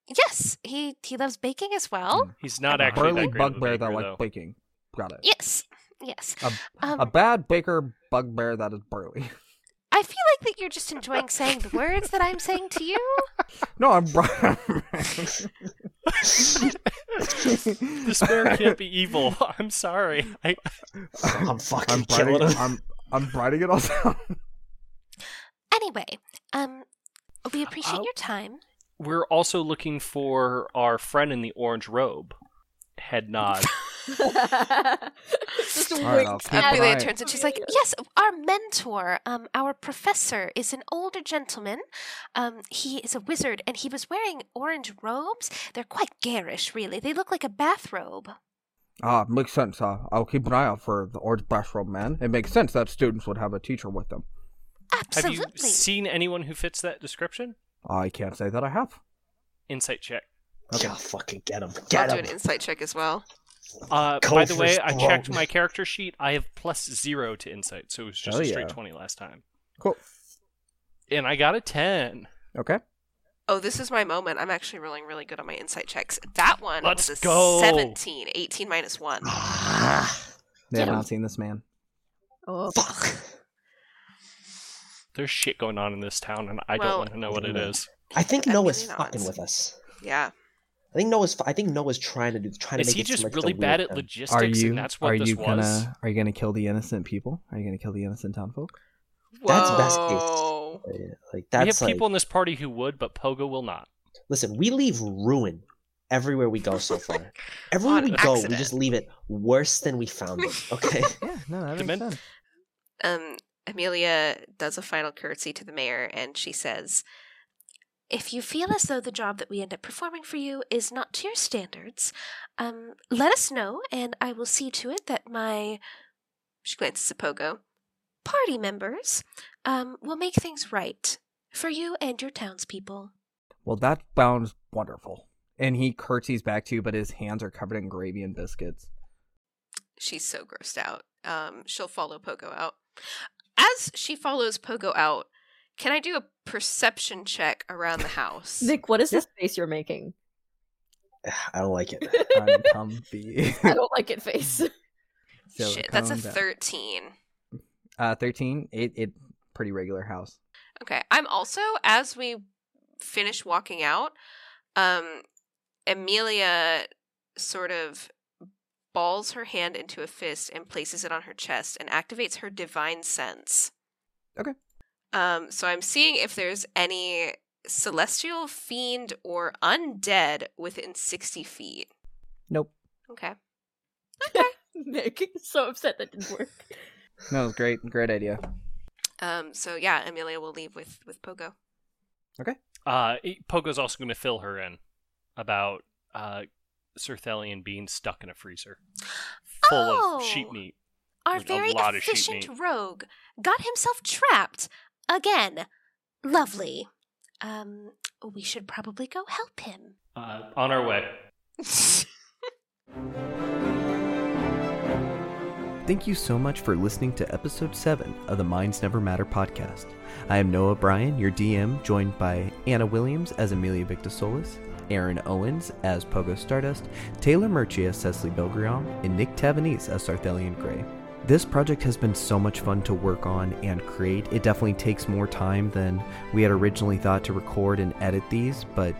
Speaker 7: Yes, he he loves baking as well.
Speaker 9: Mm.
Speaker 5: He's not
Speaker 9: a
Speaker 5: actually
Speaker 9: burly
Speaker 5: that great of a
Speaker 9: bugbear
Speaker 5: baker,
Speaker 9: that likes
Speaker 5: though.
Speaker 9: baking. Got it.
Speaker 7: Yes, yes.
Speaker 9: A,
Speaker 7: Um,
Speaker 9: a bad baker bugbear that is burly.
Speaker 7: I feel like that you're just enjoying saying the words that I'm saying to you.
Speaker 9: no, I'm.
Speaker 5: Despair can't be evil. I'm sorry. I,
Speaker 3: I'm fucking
Speaker 1: I'm
Speaker 3: killing him.
Speaker 1: writing, I'm, I'm writing it all down.
Speaker 7: Anyway, um, we appreciate
Speaker 5: Ow.
Speaker 7: your time.
Speaker 5: we're also looking for our friend in the orange robe. Head nod.
Speaker 4: Just
Speaker 1: All right, I'll
Speaker 4: winks
Speaker 1: keep
Speaker 4: at
Speaker 1: an
Speaker 4: it.
Speaker 1: eye
Speaker 7: Amelia
Speaker 1: Right.
Speaker 7: turns and she's like, "Yes, our mentor, um, our professor, is an older gentleman. Um, he is a wizard, and he was wearing orange robes. They're quite garish, really. They look like a bathrobe.
Speaker 1: Ah, makes sense. Uh, I'll keep an eye out for the orange bathroom man. It makes sense that students would have a teacher with them.
Speaker 5: Have
Speaker 7: Absolutely.
Speaker 5: you seen anyone who fits that description?
Speaker 1: I can't say that I have.
Speaker 5: Insight check.
Speaker 3: Yeah, fucking get him. Get
Speaker 2: I'll do an
Speaker 3: him.
Speaker 2: insight check as well.
Speaker 5: Uh,
Speaker 3: Go
Speaker 5: by the
Speaker 3: for
Speaker 5: way,
Speaker 3: his
Speaker 5: I checked
Speaker 3: throat.
Speaker 5: my character sheet. I have plus zero to insight, so it was just
Speaker 1: Hell
Speaker 5: a straight
Speaker 1: yeah.
Speaker 5: twenty last time,
Speaker 1: Cool.
Speaker 5: and I got a ten.
Speaker 1: Okay.
Speaker 2: Oh, this is my moment. I'm actually rolling really good on my insight checks. That one
Speaker 5: Let's
Speaker 2: was a
Speaker 5: go.
Speaker 2: 17, 18 minus 1.
Speaker 3: Ah,
Speaker 1: They have
Speaker 4: Yeah.
Speaker 1: not seen this man.
Speaker 4: Oh,
Speaker 3: fuck.
Speaker 5: There's shit going on in this town, and I
Speaker 2: Well-
Speaker 5: don't want to know what it is.
Speaker 3: I think
Speaker 2: I'm
Speaker 3: Noah's
Speaker 2: really not.
Speaker 3: fucking with us.
Speaker 2: Yeah.
Speaker 3: I think Noah's. I think Noah's trying to do. Trying to
Speaker 5: Is
Speaker 3: make
Speaker 5: he
Speaker 3: it
Speaker 5: just
Speaker 3: seem like it's a
Speaker 5: really
Speaker 3: weird
Speaker 5: bad at
Speaker 3: thing.
Speaker 5: logistics,
Speaker 1: Are you?
Speaker 5: and that's what
Speaker 1: Are
Speaker 5: this
Speaker 1: you
Speaker 5: was?
Speaker 1: gonna? Are you gonna kill the innocent people? Are you gonna kill the innocent town folk?
Speaker 3: That's best case.
Speaker 2: Whoa.
Speaker 3: Yeah, Like
Speaker 5: We
Speaker 3: that's
Speaker 5: have
Speaker 3: like.
Speaker 5: people in this party who would, but Pogo will not.
Speaker 3: Listen, we leave ruin everywhere we go so far. Everywhere
Speaker 2: On
Speaker 3: we go, we
Speaker 2: accident.
Speaker 3: just leave it worse than we found it. Okay.
Speaker 1: Yeah, no, that
Speaker 5: The
Speaker 1: makes
Speaker 5: men-
Speaker 1: sense.
Speaker 2: Um, Amelia does a final curtsy to the mayor and she says,
Speaker 7: If you feel as though the job that we end up performing for you is not to your standards, um, let us know, and I will see to it that my
Speaker 2: she glances at Pogo.
Speaker 7: party members um, will make things right for you and your townspeople.
Speaker 1: Well, that sounds wonderful. And he curtsies back to you, but his hands are covered in gravy and biscuits.
Speaker 2: She's so grossed out. Um, she'll follow Pogo out. As she follows Pogo out, can I do a perception check around the house?
Speaker 4: Nick, what is this face you're making?
Speaker 3: I don't like it.
Speaker 1: Um, Uncomfy.
Speaker 4: I don't like it face.
Speaker 1: So
Speaker 2: Shit, that's a
Speaker 1: calm down.
Speaker 2: 13.
Speaker 1: Uh, thirteen. It it pretty regular house.
Speaker 2: Okay. I'm also as we finish walking out, um Amelia sort of balls her hand into a fist and places it on her chest and activates her divine sense.
Speaker 1: Okay.
Speaker 2: Um so I'm seeing if there's any celestial fiend or undead within 60 feet.
Speaker 1: Nope.
Speaker 2: Okay.
Speaker 4: Nick, so upset that didn't work.
Speaker 1: No, it's great. Great idea.
Speaker 2: Um so yeah, Amelia will leave with with Pogo.
Speaker 5: Uh, e- Pogo's also going to fill her in about uh, Sir Thelian being stuck in a freezer full
Speaker 7: Oh!
Speaker 5: of sheep meat.
Speaker 7: Our
Speaker 5: Like, a
Speaker 7: very
Speaker 5: lot of sheep
Speaker 7: efficient
Speaker 5: meat.
Speaker 7: rogue got himself trapped again. Lovely. Um, we should probably go help him.
Speaker 5: Uh, on our way.
Speaker 8: Thank you so much for listening to episode 7 of the Minds Never Matter podcast. I am Noah Bryan, your DM, joined by Anna Williams as Amelia Victosolis, Aaron Owens as Pogo Stardust, Taylor Murchie as Cecily Belgriom, and Nick Tavanese as Sarthelian Gray. This project has been so much fun to work on and create. It definitely takes more time than we had originally thought to record and edit these, but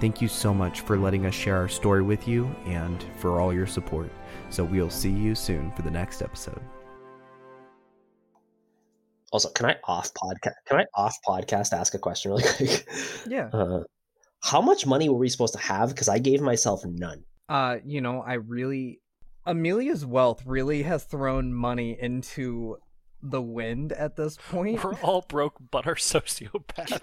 Speaker 8: thank you so much for letting us share our story with you and for all your support. So we'll see you soon for the next episode.
Speaker 3: Also, can I off podcast? Can I off podcast ask a question really quick?
Speaker 1: Yeah.
Speaker 3: Uh, how much money were we supposed to have? Because I gave myself none.
Speaker 1: Uh, you know, I really Amelia's wealth really has thrown money into the wind at this point.
Speaker 5: We're all broke, but are sociopaths.